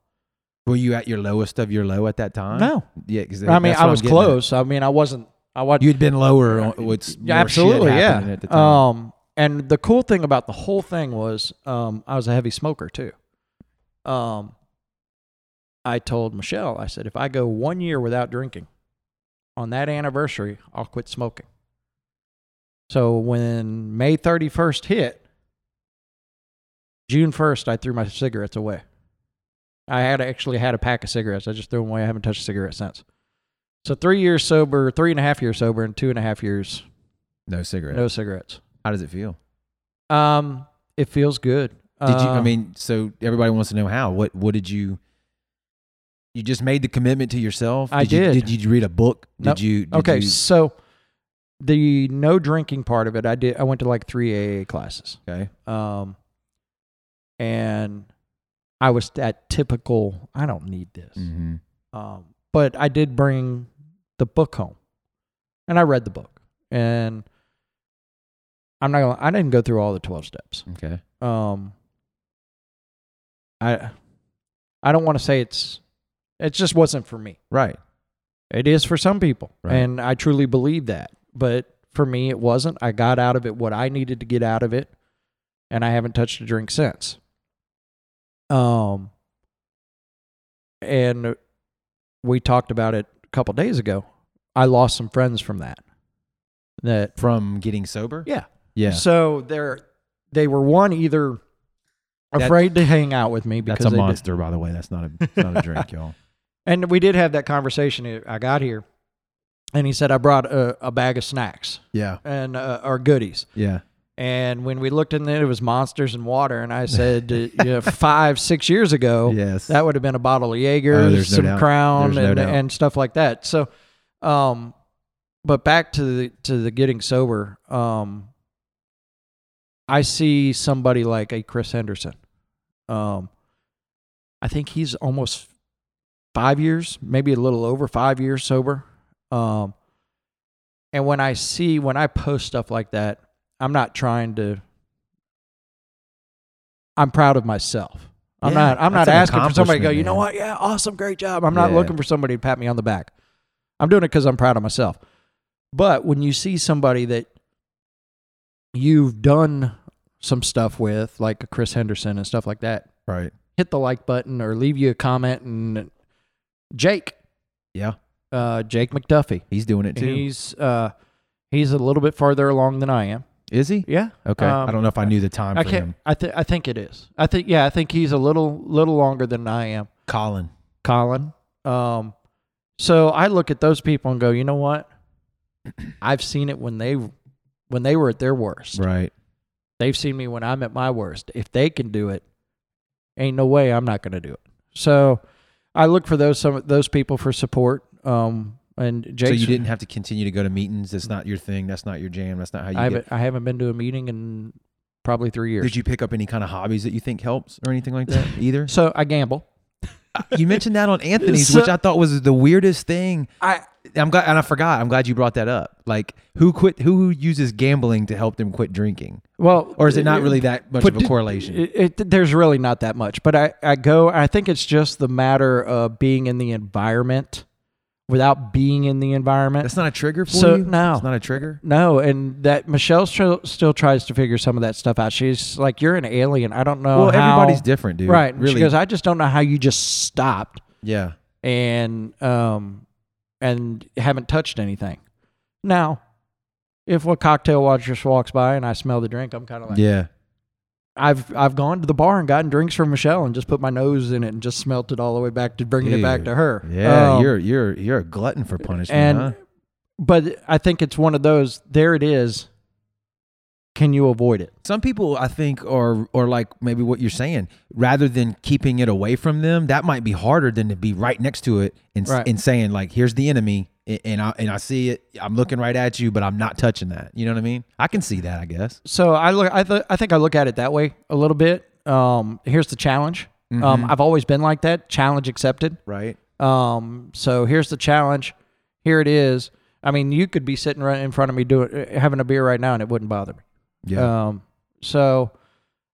A: Were you at your lowest of your low at that time?
B: no,
A: Yeah, because
B: I mean I was close. I mean I wasn't. I was.
A: You'd been lower. On, with
B: Yeah,
A: more
B: absolutely,
A: shit
B: yeah.
A: happening At the time.
B: Um, and the cool thing about the whole thing was, um, I was a heavy smoker too. Um, I told Michelle, I said, if I go one year without drinking, on that anniversary, I'll quit smoking. So when May thirty first hit, June first, I threw my cigarettes away. I had actually had a pack of cigarettes. I just threw them away. I haven't touched a cigarette since. So three years sober, three and a half years sober, and two and a half years
A: no cigarette.
B: no cigarettes.
A: How does it feel?
B: Um, it feels good.
A: Did you? I
B: Um,
A: mean, so everybody wants to know how. What? What did you? You just made the commitment to yourself.
B: I
A: You,
B: did.
A: did you read a book? Did
B: Nope.
A: you? Did
B: okay,
A: you-
B: so the no drinking part of it, I did. I went to like three AA classes.
A: okay.
B: Um, and I was that typical. I don't need this.
A: Mm-hmm.
B: Um, but I did bring the book home, and I read the book. And I'm not gonna. I didn't go through all the twelve steps.
A: Okay.
B: um i i don't want to say it's it just wasn't for me
A: Right.
B: it is for some people
A: Right.
B: and i truly believe that but for me it wasn't i got out of it what i needed to get out of it and i haven't touched a drink since um and we talked about it a couple days ago i lost some friends from that that
A: From getting sober.
B: yeah
A: Yeah.
B: so they're they were one either
A: That-
B: afraid to hang out with me because
A: That's a
B: they did-
A: monster, by the way. That's not a it's not a drink, y'all.
B: and we did have that conversation. uh, I got here, and he said I brought a, a bag of snacks
A: Yeah.
B: and uh, or goodies.
A: Yeah.
B: And when we looked in there, it was monsters and water. And I said, uh, you know, five six years ago,
A: yes.
B: Oh, that would have been a bottle of Jaeger,
A: Oh, there's no
B: some
A: doubt.
B: Crown,
A: There's no
B: and,
A: doubt.
B: and stuff like that. So, um, but back to the to the getting sober. Um, I see somebody like a Chris Henderson. Um, I think he's almost five years, maybe a little over five years sober. Um, and when I see when I post stuff like that, I'm not trying to. I'm proud of myself. I'm
A: Yeah,
B: not. I'm not
A: that's an
B: asking for somebody to go.
A: accomplishment,
B: You know
A: man.
B: what? Yeah, awesome, great job. I'm not
A: Yeah.
B: looking for somebody to pat me on the back. I'm doing it because I'm proud of myself. But when you see somebody that you've done some stuff with, like a Chris Henderson and stuff like that,
A: right.
B: hit the like button or leave you a comment. And Jake,
A: Yeah.
B: uh, Jake McDuffie,
A: He's doing it too.
B: he's uh, he's a little bit farther along than I am.
A: Is he?
B: Yeah,
A: Okay.
B: Um,
A: I don't know if I knew the time
B: I
A: for
B: can't.
A: him.
B: I think I think it is. I think yeah. I think he's a little little longer than I am.
A: Colin.
B: Colin. Um, so I look at those people and go, you know what? I've seen it when they when they were at their worst.
A: Right.
B: They've seen me when I'm at my worst. If they can do it, ain't no way I'm not going to do it. So I look for those some those people for support. Um, and Jake's,
A: so you didn't have to continue to go to meetings. That's not your thing. That's not your jam. That's not how you
B: I
A: get.
B: haven't I haven't been to a meeting in probably three years.
A: Did you pick up any kind of hobbies that you think helps or anything like that either?
B: so I gamble.
A: you mentioned that on Anthony's,
B: So-
A: which I thought was the weirdest thing.
B: I
A: I'm glad, and I forgot. I'm glad you brought that up. Like, who quit? Who uses gambling to help them quit drinking?
B: Well,
A: Or is it not really that much
B: but
A: of a
B: d-
A: correlation?
B: It, it- there's really not that much, but I, I go. I think it's just the matter of being in the environment without being in the environment.
A: That's not a trigger for
B: So,
A: you.
B: no.
A: it's not a trigger.
B: no, and that Michelle still, still tries to figure some of that stuff out. She's like, "You're an alien. I don't know."
A: well,
B: how-
A: everybody's different, dude.
B: right? And
A: Really?
B: She goes, "I just don't know how you just stopped
A: yeah.
B: and um and haven't touched anything." Now, if a cocktail waitress walks by and I smell the drink, I'm kind of like,
A: Yeah.
B: I've I've gone to the bar and gotten drinks from Michelle and just put my nose in it and just smelt it all the way back to bringing it back
A: Dude.
B: to her.
A: Yeah.
B: Um,
A: you're you're you're a glutton for punishment.
B: and
A: huh?
B: but I think it's one of those. There it is. Can you avoid it?
A: Some people, I think, are or like maybe what you're saying. Rather than keeping it away from them, that might be harder than to be right next to it and s-
B: Right.
A: and saying like, "Here's the enemy," a- and I and I see it. I'm looking right at you, but I'm not touching that. You know what I mean? I can see that, I guess.
B: So I look. I th- I think I look at it that way a little bit. Um, here's the challenge. Um, I've always been like that. Challenge accepted.
A: Right.
B: Um, so here's the challenge. Here it is. I mean, you could be sitting right in front of me doing having a beer right now, and it wouldn't bother me.
A: Yeah.
B: Um, so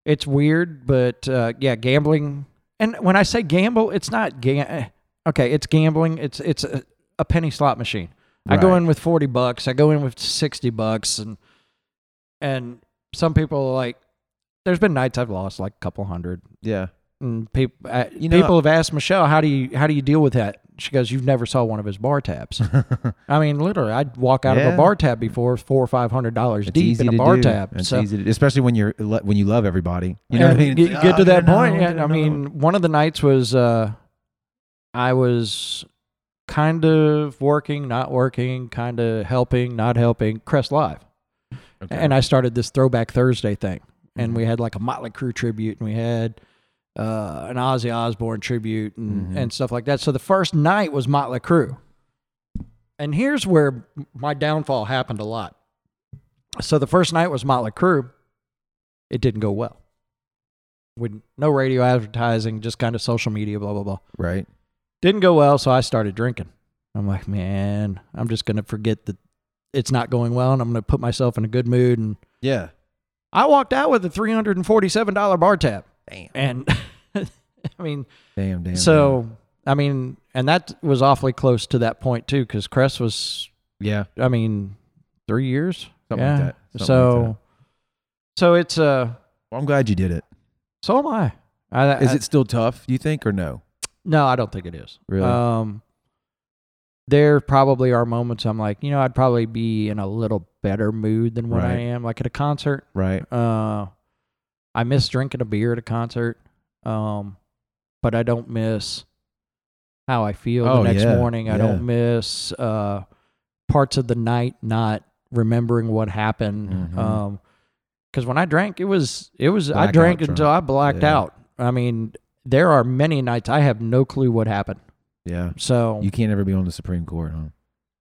B: it's weird, but uh, yeah, gambling. And when I say gamble, it's not gam. Okay, it's gambling. It's it's a, a penny slot machine. I go
A: Right.
B: in with forty bucks. I go in with sixty bucks, and and some people are like. There's been nights I've lost like a couple hundred,
A: yeah.
B: and people uh,
A: You know-
B: people have asked Michelle, "How do you how do you deal with that?" She goes, "You've never saw one of his bar tabs." I mean, literally, I'd walk out of
A: Yeah.
B: a bar tab before four or five hundred dollars
A: It's
B: deep
A: easy
B: in a
A: to
B: bar
A: do.
B: tab.
A: It's
B: so
A: easy to- especially when you're lo- when you love everybody. You know
B: yeah,
A: what I mean?
B: Get,
A: It's like,
B: get
A: "Oh,
B: to that
A: get another
B: point.
A: one,
B: yeah.
A: get
B: I
A: another
B: mean,
A: one."
B: one of the nights was uh, I was kind of working, not working, kind of helping, not helping Crest Live.
A: Okay.
B: And I started this Throwback Thursday thing. And
A: Mm-hmm.
B: we had like a Motley Crue tribute and we had uh, an Ozzy Osbourne tribute and,
A: Mhm.
B: and stuff like that. So the first night was Motley Crue. And here's where my downfall happened a lot. So the first night was Motley Crue. It didn't go well. With no radio advertising, just kind of social media, blah, blah, blah.
A: right.
B: Didn't go well, so I started drinking. I'm like, man, I'm just going to forget that it's not going well and I'm going to put myself in a good mood. And
A: Yeah.
B: I walked out with a $347 bar tab.
A: Damn.
B: And I mean,
A: Damn. Damn.
B: so, I mean, and that was awfully close to that point too, because Crest was,
A: damn. yeah.
B: I mean, three years.
A: Something like that. Something like
B: so,
A: that.
B: so it's, uh,
A: Well, I'm glad you did it.
B: so am I. I
A: Is
B: I-
A: it still tough? Do you think or no?
B: No, I don't think it is.
A: Really?
B: Um, there probably are moments I'm like, you know, I'd probably be in a little better mood than what I
A: Right.
B: am, like at a concert.
A: Right.
B: Uh, I miss drinking a beer at a concert, um, but I don't miss how I feel
A: Oh,
B: the next
A: yeah,
B: morning. I don't miss uh, parts of the night not remembering what happened.
A: Mhm.
B: Um, because when I drank, it was it was I
A: Blackout
B: drank
A: drunk.
B: until I blacked
A: Yeah.
B: out. I mean, there are many nights I have no clue what happened.
A: Yeah.
B: So
A: You can't ever be on the Supreme Court, huh?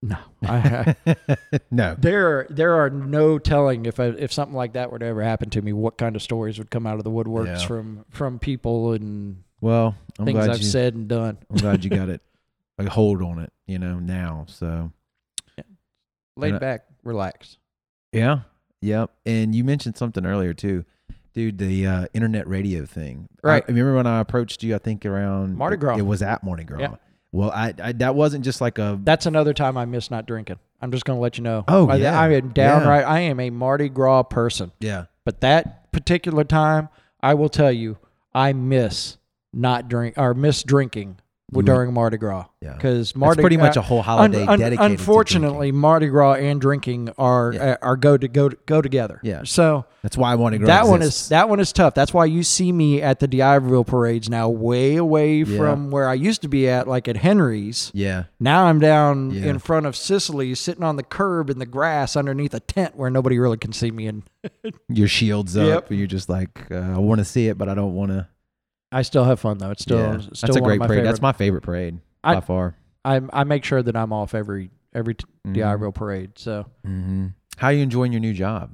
B: no, I, I,
A: no.
B: there there are no telling if I, if something like that were to ever happen to me, what kind of stories would come out of the woodworks
A: Yeah.
B: from from people and
A: Well, I'm
B: things
A: glad
B: I've
A: you.
B: said and done.
A: I'm glad you got it. Like hold on it, you know. Now, so
B: Laid
A: And I-
B: back, relaxed.
A: yeah, yep. And you mentioned something earlier too, dude. The uh, internet radio thing,
B: Right.
A: I, remember when I approached you? I think around
B: Mardi Gras.
A: It was at Mardi Gras.
B: Yeah.
A: Well, I, I that wasn't just like a
B: That's another time I miss not drinking. I'm just gonna let you know.
A: Oh,
B: I,
A: yeah.
B: I am downright. I am a Mardi Gras person.
A: yeah.
B: But that particular time, I will tell you, I miss not drink or miss drinking
A: You-
B: during Mardi Gras.
A: Mm. Yeah.
B: because
A: That's
B: Mardi
A: pretty much a
B: uh,
A: whole
B: un-
A: holiday
B: un-
A: dedicated. to drinking.
B: Unfortunately, Mardi Gras and drinking are
A: Yeah.
B: uh, are go to go go together.
A: Yeah.
B: So
A: that's why Mardi Gras.
B: that one
A: exists.
B: is that one is tough. That's why you see me at the D'Iberville parades now, way away from where I used to be at, like at Henry's.
A: yeah.
B: Now I'm down
A: Yeah.
B: in front of Sicily, sitting on the curb in the grass underneath a tent where nobody really can see me, and
A: Your shields up,
B: Yep.
A: and you're just like, uh, I want to see it, but I don't want to.
B: I still have fun though. It's still,
A: yeah.
B: still
A: that's a
B: one
A: great
B: of my
A: parade.
B: favorite.
A: That's my favorite parade
B: I-
A: by far.
B: I I make sure that I'm off every every t- D'Iberville parade. So
A: Mm-hmm. How are you enjoying your new job?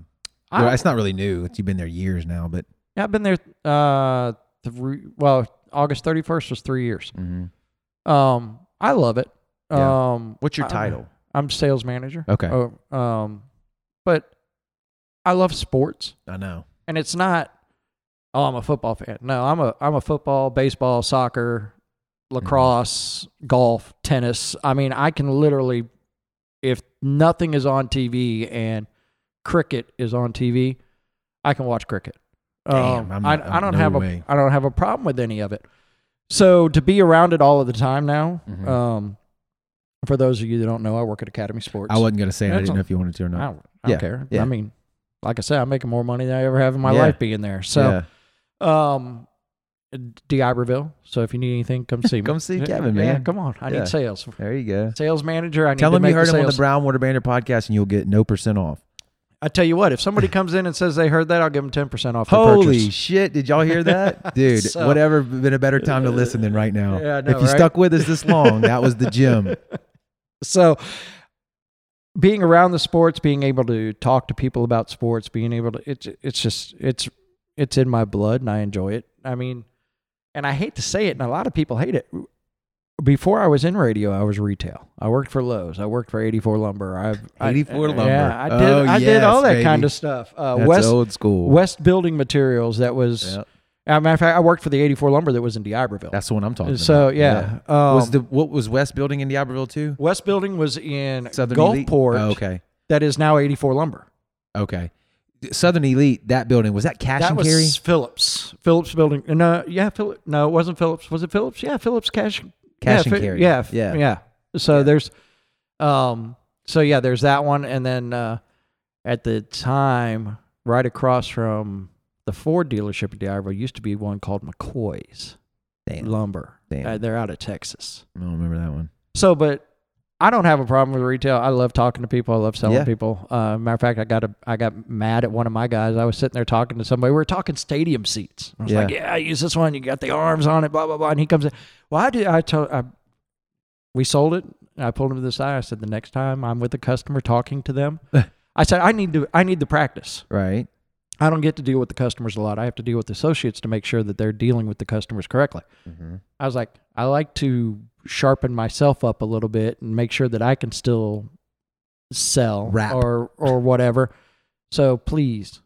B: I-
A: well, it's not really new. It's, you've been there years now, but
B: yeah, I've been there. Uh,
A: Mm-hmm.
B: three, well, August 31st was three years. Um, I love it.
A: Yeah.
B: Um,
A: What's your
B: I-
A: title?
B: I'm sales manager.
A: Okay.
B: Oh, um, but I love sports,
A: I know.
B: and it's not. Oh, I'm a football fan. No, I'm a I'm a football, baseball, soccer,
A: Mm-hmm.
B: lacrosse, golf, tennis. I mean, I can literally, if nothing is on TV and cricket is on TV, I can watch cricket. Um,
A: Damn, I'm
B: I,
A: not-
B: I don't
A: no
B: have
A: way.
B: a I don't have a problem with any of it. So to be around it all of the time now,
A: Mhm.
B: um, for those of you that don't know, I work at Academy Sports.
A: I wasn't gonna say it. I
B: That's
A: didn't
B: all-
A: know if you wanted to or
B: I
A: not.
B: don't, I don't
A: Yeah,
B: care.
A: yeah.
B: I mean, like I said, I'm making more money than I ever have in my
A: Yeah.
B: life being there. So, um, D. Iberville. So if you need anything, come see me.
A: Come see
B: Yeah,
A: Kevin,
B: yeah,
A: man.
B: Come on, I
A: Yeah.
B: need sales.
A: there you go.
B: Sales manager. I need
A: Tell
B: to
A: him
B: make
A: you heard
B: the
A: him on the
B: sales.
A: Brownwater Banner podcast, and you'll get no percent off.
B: I tell you what, if somebody comes in and says they heard that, I'll give them ten percent off. their
A: Holy
B: purchase.
A: shit! Did y'all hear that, dude?
B: So-
A: whatever been a better time to listen than right now.
B: Yeah, I know,
A: if you
B: right?
A: stuck with us this long, that was the gym.
B: So, being around the sports, being able to talk to people about sports, being able to it's it's just it's it's in my blood and I enjoy it. I mean, and I hate to say it, and a lot of people hate it. Before I was in radio, I was retail. I worked for Lowe's. I worked for 84 Lumber. I've I-
A: 84 Lumber.
B: Yeah, I did.
A: Oh,
B: I did all
A: yes,
B: that
A: baby.
B: kind of stuff. Uh,
A: That's
B: West
A: old school.
B: West Building Materials. That was.
A: Yep.
B: As a matter of fact, I worked for the 84 Lumber that was in DeIberville.
A: That's the one I'm talking
B: So
A: about.
B: yeah, Um,
A: was the what was West Building in Diaberville too?
B: West Building was in
A: Southern Elite?
B: Gulfport.
A: Oh, okay.
B: that is now 84 Lumber.
A: Okay. Southern Elite. That building was that cash
B: That
A: and
B: was
A: carry.
B: Phillips. Phillips building. No, yeah, Phillips. No, it wasn't Phillips. Was it Phillips? Yeah, Phillips Cash.
A: Cash and
B: yeah, Fi-
A: carry.
B: Yeah, f-
A: Yeah.
B: yeah. So there's, um, so yeah, there's that one, and then uh, at the time, right across from the Ford dealership at Diablo used to be one called McCoy's
A: Damn.
B: Lumber.
A: Damn.
B: Uh, they're out of Texas.
A: I don't remember that one.
B: So, but I don't have a problem with retail. I love talking to people. I love selling
A: Yeah.
B: people. Uh, matter of fact, I got a, I got mad at one of my guys. I was sitting there talking to somebody. We were talking stadium seats. I was like, "Yeah, I use this one. You got the arms on it. Blah blah blah." And he comes in. Well, I did. I told. I, we sold it. And I pulled him to the side. I said, "The next time I'm with a customer talking to them, I said I need to. I need the practice.
A: Right.
B: I don't get to deal with the customers a lot. I have to deal with the associates to make sure that they're dealing with the customers correctly."
A: Mhm.
B: I was like, I like to sharpen myself up a little bit and make sure that I can still sell
A: Rap.
B: or or whatever. So please,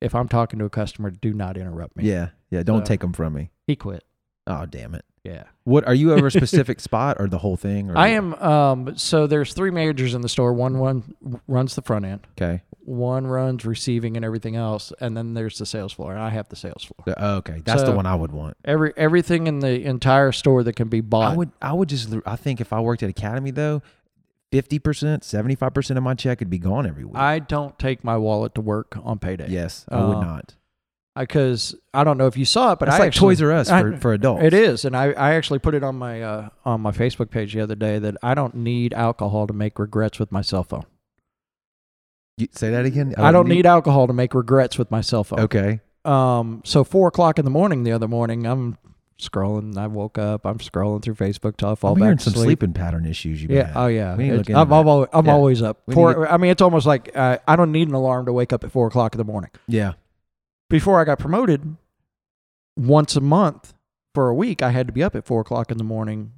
B: if I'm talking to a customer, do not interrupt me.
A: Yeah. Yeah. Don't 'em
B: So-
A: take them from me.
B: He quit.
A: Oh damn it.
B: Yeah.
A: What are you over a specific spot or the whole thing? Or
B: I am um so there's three managers in the store. One one runs the front end,
A: Okay.
B: one runs receiving and everything else, and then there's the sales floor. And I have the sales floor.
A: So- oh, okay. That's the
B: So-
A: one I would want.
B: Every everything in the entire store that can be bought.
A: I would I would just I think if I worked at Academy though, 50%, 75% of my check would be gone every week.
B: I don't take my wallet to work on payday.
A: yes, I would
B: Uh,
A: not.
B: because I don't know if you saw it, but
A: But it's
B: I
A: like
B: actually,
A: Toys R Us
B: I-
A: for, for adults.
B: It is, and I, I actually put it on my uh, on my Facebook page the other day that I don't need alcohol to make regrets with my cell phone.
A: You- say that again.
B: I, don't need, alcohol to make regrets with my cell phone.
A: Oh, Okay.
B: Um, so four o'clock in the morning the other morning, I'm scrolling. I woke up. I'm scrolling through Facebook till I fall
A: I'm
B: back
A: hearing
B: to
A: some
B: sleep.
A: sleeping pattern issues you've been
B: Yeah.
A: having.
B: Oh, yeah.
A: We need to
B: It's-
A: look into
B: I'm, I'm, always, I'm
A: Yeah.
B: always up.
A: We need
B: Four, I mean, it's almost like uh, I don't need an alarm to wake up at four o'clock in the morning.
A: Yeah.
B: before I got promoted, once a month for a week, I had to be up at four o'clock in the morning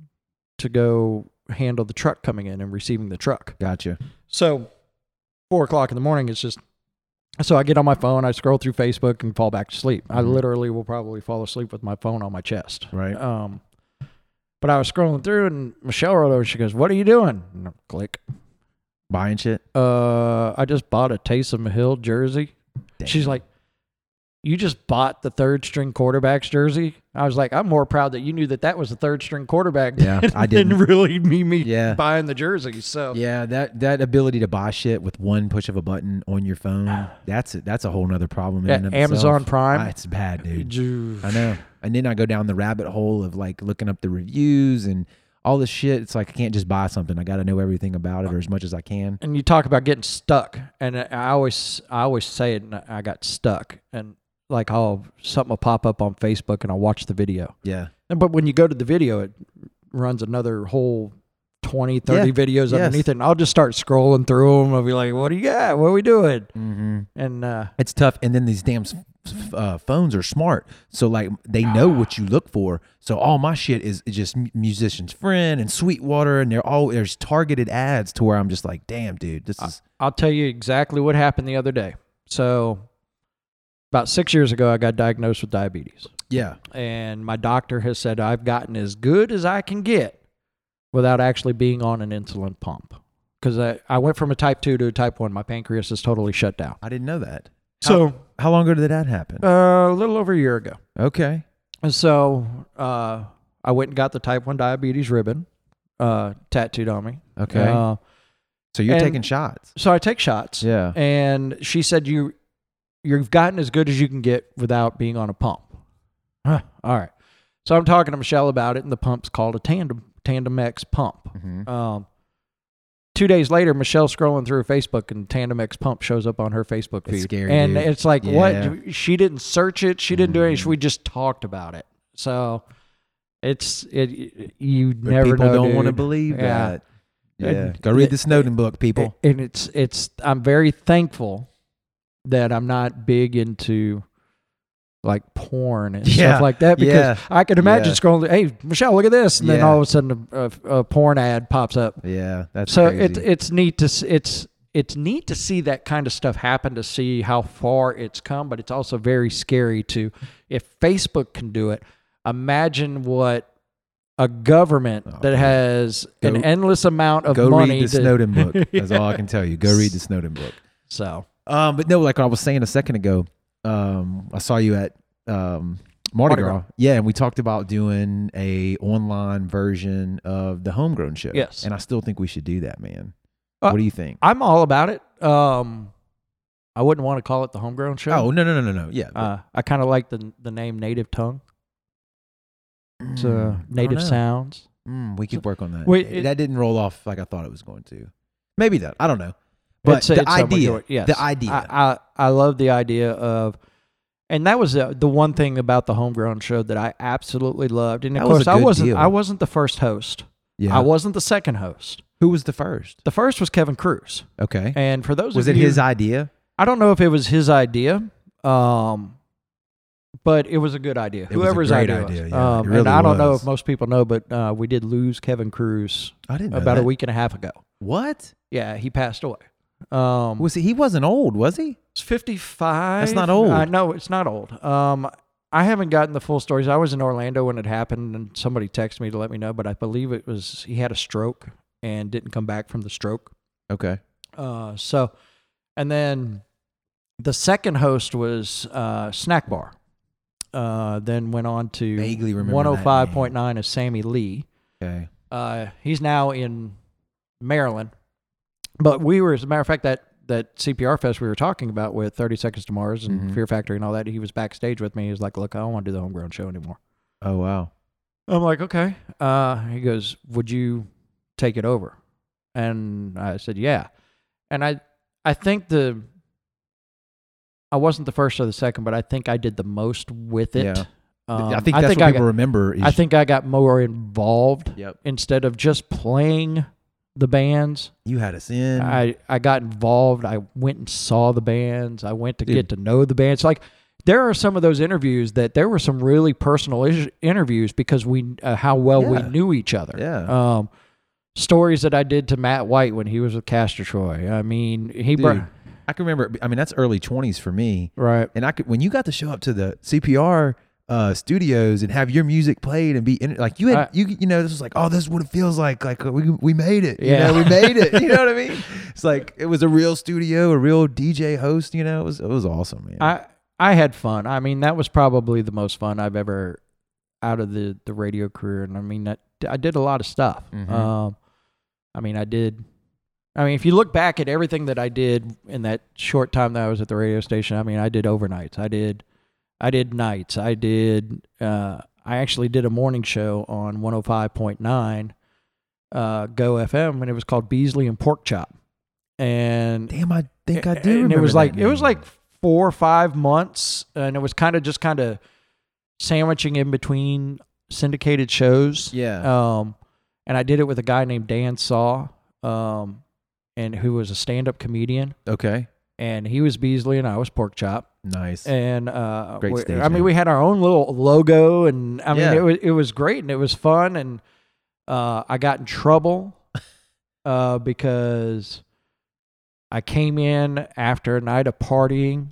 B: to go handle the truck coming in and receiving the truck.
A: Gotcha.
B: So, four o'clock in the morning is just so I get on my phone, I scroll through Facebook and fall back to sleep. I
A: Mhm.
B: literally will probably fall asleep with my phone on my chest.
A: Right.
B: Um, but I was scrolling through and Michelle wrote over. She goes, "What are you doing?" And I click.
A: Buying shit.
B: Uh, I just bought a Taysom Hill jersey.
A: Damn.
B: She's like, "You just bought the third string quarterback's jersey." I was like, "I'm more proud that you knew that that was the third string quarterback."
A: Yeah,
B: than-
A: I
B: than
A: didn't.
B: really me me
A: Yeah.
B: buying the jersey. So
A: Yeah, that that ability to buy shit with one push of a button on your phone, that's a, that's a whole nother problem. in
B: Yeah,
A: and of
B: Amazon
A: itself.
B: Prime.
A: Ah, it's bad, dude.
B: Ju-
A: I know. And then I go down the rabbit hole of like looking up the reviews and all this shit. It's like I can't just buy something. I got to know everything about it or as much as I can.
B: and you talk about getting stuck, and I- I always I always say it. And I got stuck, and like I'll something will pop up on Facebook, and I'll watch the video.
A: Yeah.
B: And but when you go to the video, it runs another whole 20, 30
A: Yeah. Yes.
B: videos underneath it. And I'll just start scrolling through them. I'll be like, what do you got? What are we doing?
A: Mm-hmm.
B: And uh,
A: It's tough. And then these damn s- uh, phones are smart, so like they know what you look for. So all my shit is is just mu- musician's friend and Sweetwater, and they're all there's targeted ads to where I'm just like, damn, dude, this is
B: I'll tell you exactly what happened the other day. So, about six years ago, I got diagnosed with diabetes,
A: yeah,
B: and my doctor has said I've gotten as good as I can get without actually being on an insulin pump. Because I, I went from a type 2 to a type 1. My pancreas is totally shut down.
A: I didn't know that.
B: So,
A: How long ago did that happen?
B: uh, a little over a year ago.
A: okay,
B: And so uh, I went and got the type 1 diabetes ribbon uh, tattooed on me.
A: okay.
B: Uh,
A: so you're
B: and-
A: taking shots,
B: so I take shots.
A: yeah,
B: And she said, you, You've gotten as good as you can get without being on a pump. Huh, all right. So I'm talking to Michelle about it, and the pump's called a Tandem, Tandem X pump.
A: hmm
B: Um, two days later, Michelle's scrolling through Facebook, and Tandem X Pump shows up on her Facebook
A: It's
B: feed.
A: scary,
B: and
A: dude.
B: it's like,
A: Yeah.
B: what? She didn't search it. She didn't do
A: Mhm.
B: anything. We just talked about it. So it's it. You
A: But
B: never
A: people
B: know,
A: don't want to
B: dude.
A: believe
B: Yeah.
A: that. Yeah,
B: And-
A: go read
B: it-
A: the Snowden book, people.
B: And it's it's. I'm very thankful that I'm not big into like porn and
A: Yeah.
B: stuff like that because
A: Yeah.
B: I could imagine
A: Yeah.
B: scrolling. Hey, Michelle, look at this, and then
A: Yeah.
B: all of a sudden a, a, a porn ad pops up.
A: Yeah, that's
B: so
A: crazy.
B: it's it's neat to s- it's it's neat to see that kind of stuff happen to see how far it's come but it's also very scary to if facebook can do it imagine what a government
A: Oh,
B: that
A: man.
B: has
A: Go-
B: an endless amount of
A: go
B: money
A: read the
B: to-
A: Snowden book. That's all I can tell you. Go read the Snowden book.
B: so
A: Um, but no, like I was saying a second ago, um, I saw you at um, Mardi,
B: Mardi
A: Gras.
B: Gras.
A: Yeah, and we talked about doing a online version of the homegrown show.
B: Yes.
A: and I still think we should do that, man.
B: Uh,
A: what do you think?
B: i'm all about it um i wouldn't want to call it the homegrown show
A: Oh no no no no no yeah.
B: uh, i kind of like the the name native tongue
A: Mm,
B: it's
A: I
B: uh,
A: don't
B: native
A: know.
B: sounds
A: Mm, we could work on that.
B: Wait,
A: It-
B: it-
A: that didn't roll off like I thought it was going to. Maybe that I don't know. But
B: It's-
A: the
B: it's somewhat
A: idea,
B: yours, yes.
A: the idea.
B: I, I, I love the idea of, and that was uh, the, the one thing about the homegrown show that I absolutely loved. And of
A: That was
B: course,
A: a
B: I
A: good
B: wasn't
A: deal.
B: I wasn't the first host.
A: yeah.
B: I wasn't the second host.
A: Who was the first?
B: The first was Kevin Cruz.
A: Okay.
B: And for those
A: Was
B: of
A: it
B: you,
A: his idea?
B: I don't know if it was his idea, um, but it was a good idea.
A: was a
B: Whoever's
A: great
B: idea,
A: idea,
B: was.
A: yeah. It
B: um,
A: really
B: and I don't know
A: was.
B: if most people know, but uh, we did lose Kevin Cruz
A: I didn't know
B: about a
A: that.
B: week and a half ago.
A: What?
B: Yeah, he passed away. Um,
A: Was he? He wasn't old, was he?
B: It's 55.
A: That's not old.
B: Uh, no, it's not old. Um, I haven't gotten the full stories. I was in Orlando when it happened, and somebody texted me to let me know, but I believe it was he had a stroke and didn't come back from the stroke.
A: Okay.
B: Uh, so, and then the second host was uh, Snack Bar. Uh, then went on to
A: Vaguely remember that
B: 105.9 of Sammy Lee.
A: Okay.
B: Uh, he's now in Maryland. But we were, as a matter of fact, that that CPR fest we were talking about with 30 Seconds to Mars and
A: Mhm.
B: Fear Factory and all that, he was backstage with me. He was like, "Look, I don't want to do the homegrown show anymore."
A: Oh wow.
B: I'm like, "Okay." Uh, he goes, "Would you take it over?" And I said, "Yeah." And I I think the I wasn't the first or the second, but I think I did the most with it.
A: Yeah.
B: Um,
A: I think that's what
B: I
A: people
B: got,
A: remember. Is,
B: I think I got more involved
A: Yep.
B: instead of just playing the bands
A: You had us in.
B: i i got involved i went and saw the bands i went to
A: Dude.
B: get to know the bands like there are some of those interviews that there were some really personal is- interviews because we uh, how well we
A: Yeah.
B: knew each other
A: yeah.
B: um stories that i did to matt white when he was with castor troy i mean he
A: Dude,
B: brought
A: I can remember. I mean, that's early twenties for me.
B: right
A: And I could when you got to show up to the CPR uh, studios and have your music played and be in, like you had
B: I-
A: you you know this was like oh this is what it feels like like we we made it you
B: Yeah.
A: know, we made it you know what I mean it's like it was a real studio a real DJ host you know it was it was awesome man
B: i i had fun i mean that was probably the most fun i've ever out of the the radio career and i mean that i did a lot of stuff
A: Mhm.
B: um i mean i did i mean if you look back at everything that i did in that short time that i was at the radio station i mean i did overnights i did i did nights i did uh i actually did a morning show on 105.9 uh go fm and it was called beasley and pork chop and
A: damn I think I do
B: and
A: remember
B: it was
A: that
B: like it was
A: name.
B: like four or five months, and it was kind of just kind of sandwiching in between syndicated shows.
A: yeah
B: Um, and I did it with a guy named Dan Saw, um, and who was a stand-up comedian,
A: okay
B: and he was Beasley and I was Porkchop,
A: Nice.
B: and uh,
A: Great
B: we-
A: stage
B: I mean,
A: name.
B: we had our own little logo, and I mean,
A: Yeah.
B: it was it was great and it was fun, and uh, I got in trouble uh, because I came in after a night of partying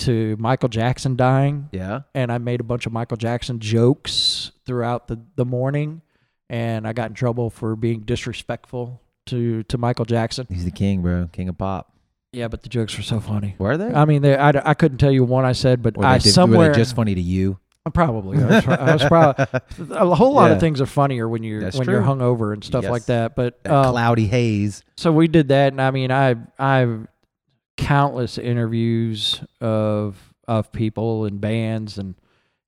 B: to Michael Jackson dying,
A: yeah.
B: and I made a bunch of Michael Jackson jokes throughout the the morning, and I got in trouble for being disrespectful to to Michael Jackson.
A: He's the king, bro. King of pop.
B: Yeah, but the jokes were so funny.
A: Were they?
B: I mean, they, I, I couldn't tell you one I said, but
A: Or
B: Uh, I
A: they, did-
B: somewhere
A: were they just funny to you?
B: Probably, I was, I was probably a whole lot
A: Yeah.
B: of things are funnier when you're
A: That's
B: when you're
A: true.
B: hungover and stuff like
A: Yes.
B: that. But
A: That
B: um,
A: cloudy haze.
B: so we did that, and I mean, I I've countless interviews of of people and bands and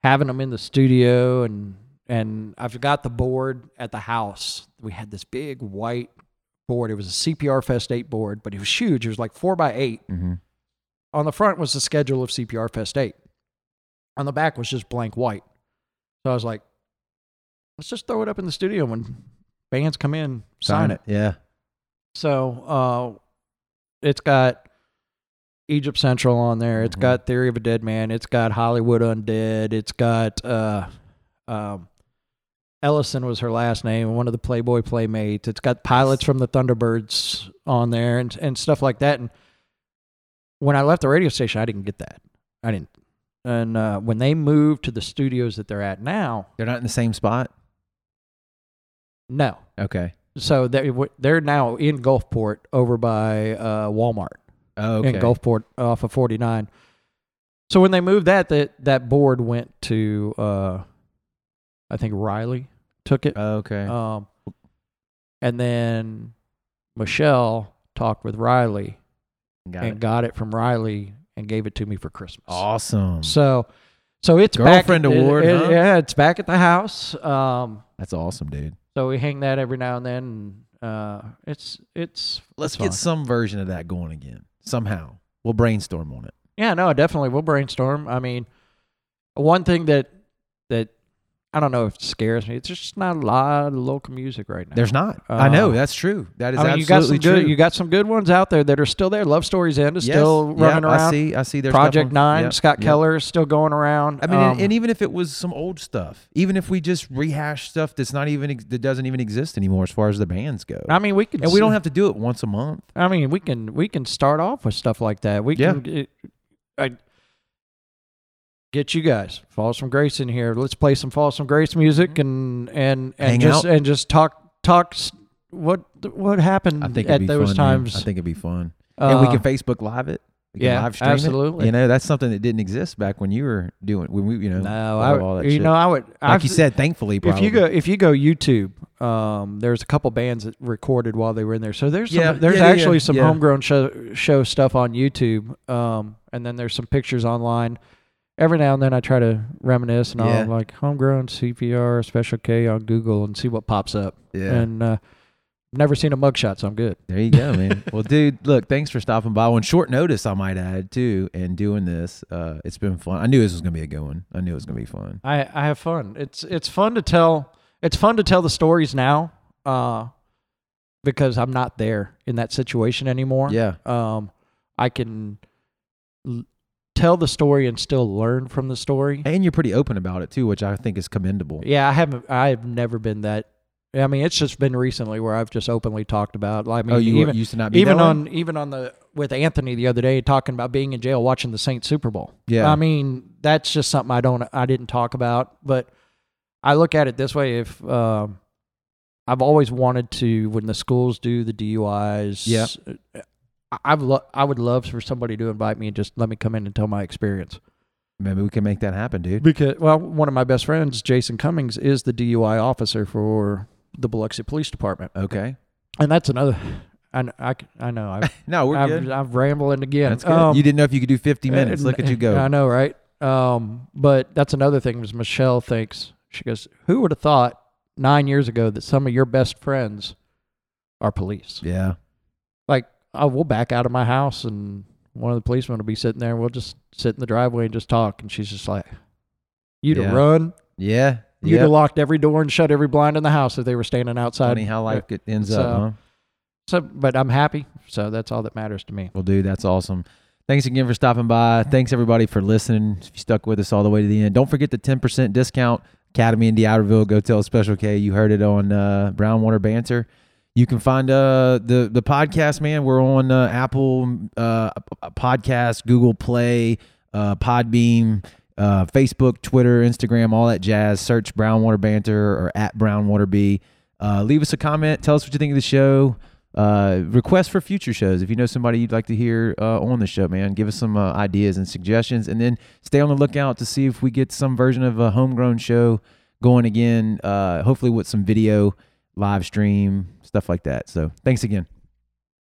B: having them in the studio and and I've got the board at the house. We had this big white board. It was a CPR Fest eight board, but it was huge. It was like four by eight
A: hmm
B: on the front was the schedule of CPR Fest 8. On the back was just blank white. So I was like, let's just throw it up in the studio when bands come in, sign, it.
A: Yeah.
B: So uh, it's got Egypt Central on there. It's
A: Mhm.
B: got Theory of a Dead Man. It's got Hollywood Undead. It's got uh, um, Ellison was her last name, one of the Playboy Playmates. It's got pilots from the Thunderbirds on there and, and stuff like that. And when I left the radio station, I didn't get that. I didn't. And uh, when they moved to the studios that they're at now,
A: They're not in the same spot.
B: no.
A: Okay.
B: So they, they're now in Gulfport over by uh, Walmart.
A: Oh, okay.
B: in Gulfport off of 49. So when they moved that, that that board went to uh, I think Riley took it.
A: Oh, okay.
B: Um, and then Michelle talked with Riley
A: Got
B: and
A: it.
B: got it from Riley and gave it to me for Christmas.
A: Awesome.
B: So so it's
A: Girlfriend
B: back, it-
A: award,
B: it-
A: huh?
B: Yeah, it's back at the house. Um,
A: That's awesome, dude.
B: so we hang that every now and then. And, uh, it's it's
A: Let's
B: it's
A: get
B: fun.
A: some version of that going again somehow. We'll brainstorm on it.
B: Yeah, no, definitely. We'll brainstorm. I mean, one thing that that I don't know if it scares me. It's just not a lot of local music right now.
A: There's not. I know
B: Uh,
A: that's true. That is
B: I mean, you got some
A: absolutely
B: good.
A: true.
B: You got some good ones out there that are still there. Love Stories End is
A: Yes,
B: still
A: yeah,
B: running around.
A: I see. I see. There's
B: Project Nine, Scott Keller is still going around.
A: I mean,
B: Um,
A: and, and even if it was some old stuff, even if we just rehash stuff that's not even ex- that doesn't even exist anymore as far as the bands go,
B: I mean, we can.
A: and we don't
B: s-
A: have to do it once a month.
B: I mean, we can we can start off with stuff like that. We
A: Yeah.
B: can get, I, get you guys Falls from Grace in here. Let's play some Falls from Grace music and and and
A: Mm-hmm. Hang
B: just
A: out.
B: and just talk talk s- what what happened
A: I think it'd
B: at
A: be
B: those
A: fun, man.
B: times.
A: I think it'd be fun, and we
B: Uh,
A: can Facebook Live it. We can
B: yeah,
A: live stream it.
B: absolutely.
A: You know, that's something that didn't exist back when you were doing when we, you know,
B: no,
A: all,
B: I,
A: all that
B: you
A: shit.
B: know I would
A: like
B: I've-
A: you said, thankfully, probably.
B: If you go, if you go YouTube, um, there's a couple bands that recorded while they were in there. So there's
A: Yeah,
B: some, there's
A: yeah, yeah,
B: actually
A: yeah,
B: some
A: yeah.
B: homegrown show, show stuff on YouTube, um, and then there's some pictures online. Every now and then I try to reminisce and
A: Yeah.
B: I'll like homegrown CPR special K on Google and see what pops up.
A: yeah,
B: And uh, never seen a mugshot, so I'm good.
A: There you go, man. well, dude, look, thanks for stopping by on short notice, I might add, too, and doing this. Uh, it's been fun. I knew this was gonna be a good one. I knew it was gonna be fun.
B: I, I have fun. It's it's fun to tell. It's fun to tell the stories now, uh, because I'm not there in that situation anymore.
A: Yeah,
B: um, I can l- tell the story and still learn from the story.
A: and you're pretty open about it too, which I think is commendable.
B: Yeah, I haven't. I've never been that. I mean, it's just been recently where I've just openly talked about. like, I mean,
A: oh, you were-
B: even
A: used to not be
B: even
A: that way?
B: on even on the with Anthony the other day talking about being in jail watching the Saints Super Bowl.
A: Yeah,
B: I mean, that's just something I don't I didn't talk about, but I look at it this way if um I've always wanted to when the schools do the DUIs.
A: Yeah.
B: I- I've lo- I would love for somebody to invite me and just let me come in and tell my experience.
A: maybe we can make that happen, dude.
B: Because well, one of my best friends, Jason Cummings, is the DUI officer for the Biloxi Police Department,
A: Okay.
B: and that's another. I kn- I, c- I know I've,
A: No, we're
B: I've,
A: good.
B: I've rambling again.
A: That's good.
B: Um,
A: you didn't know if you could do 50 minutes.
B: uh,
A: Look at you
B: I
A: go.
B: know, right? Um, but that's another thing was Michelle thinks she goes, "Who would have thought nine years ago that some of your best friends are police?
A: Yeah.
B: Like, oh, we'll back out of my house, and one of the policemen will be sitting there, and we'll just sit in the driveway and just talk." And she's just like, "You'd
A: Yeah.
B: have run.
A: Yeah.
B: You'd
A: Yeah.
B: have locked every door and shut every blind in the house if they were standing outside."
A: Funny how life get- ends
B: So-
A: up, huh?
B: So, but I'm happy. So that's all that matters to me.
A: Well, dude, that's awesome. Thanks again for stopping by. Thanks everybody for listening. If you stuck with us all the way to the end, don't forget the 10% discount Academy in Deauville. Go tell Special K you heard it on uh, Brownwater Banter. You can find uh, the the podcast, man. We're on uh, Apple uh, Podcast, Google Play, uh, Podbeam, uh, Facebook, Twitter, Instagram, all that jazz. Search Brownwater Banter or at Brownwater B. Uh, leave us a comment. Tell us what you think of the show. Uh, request for future shows. If you know somebody you'd like to hear uh, on the show, man, give us some uh, ideas and suggestions. And then stay on the lookout to see if we get some version of a homegrown show going again. Uh, hopefully, with some video, live stream, stuff like that. So, thanks again.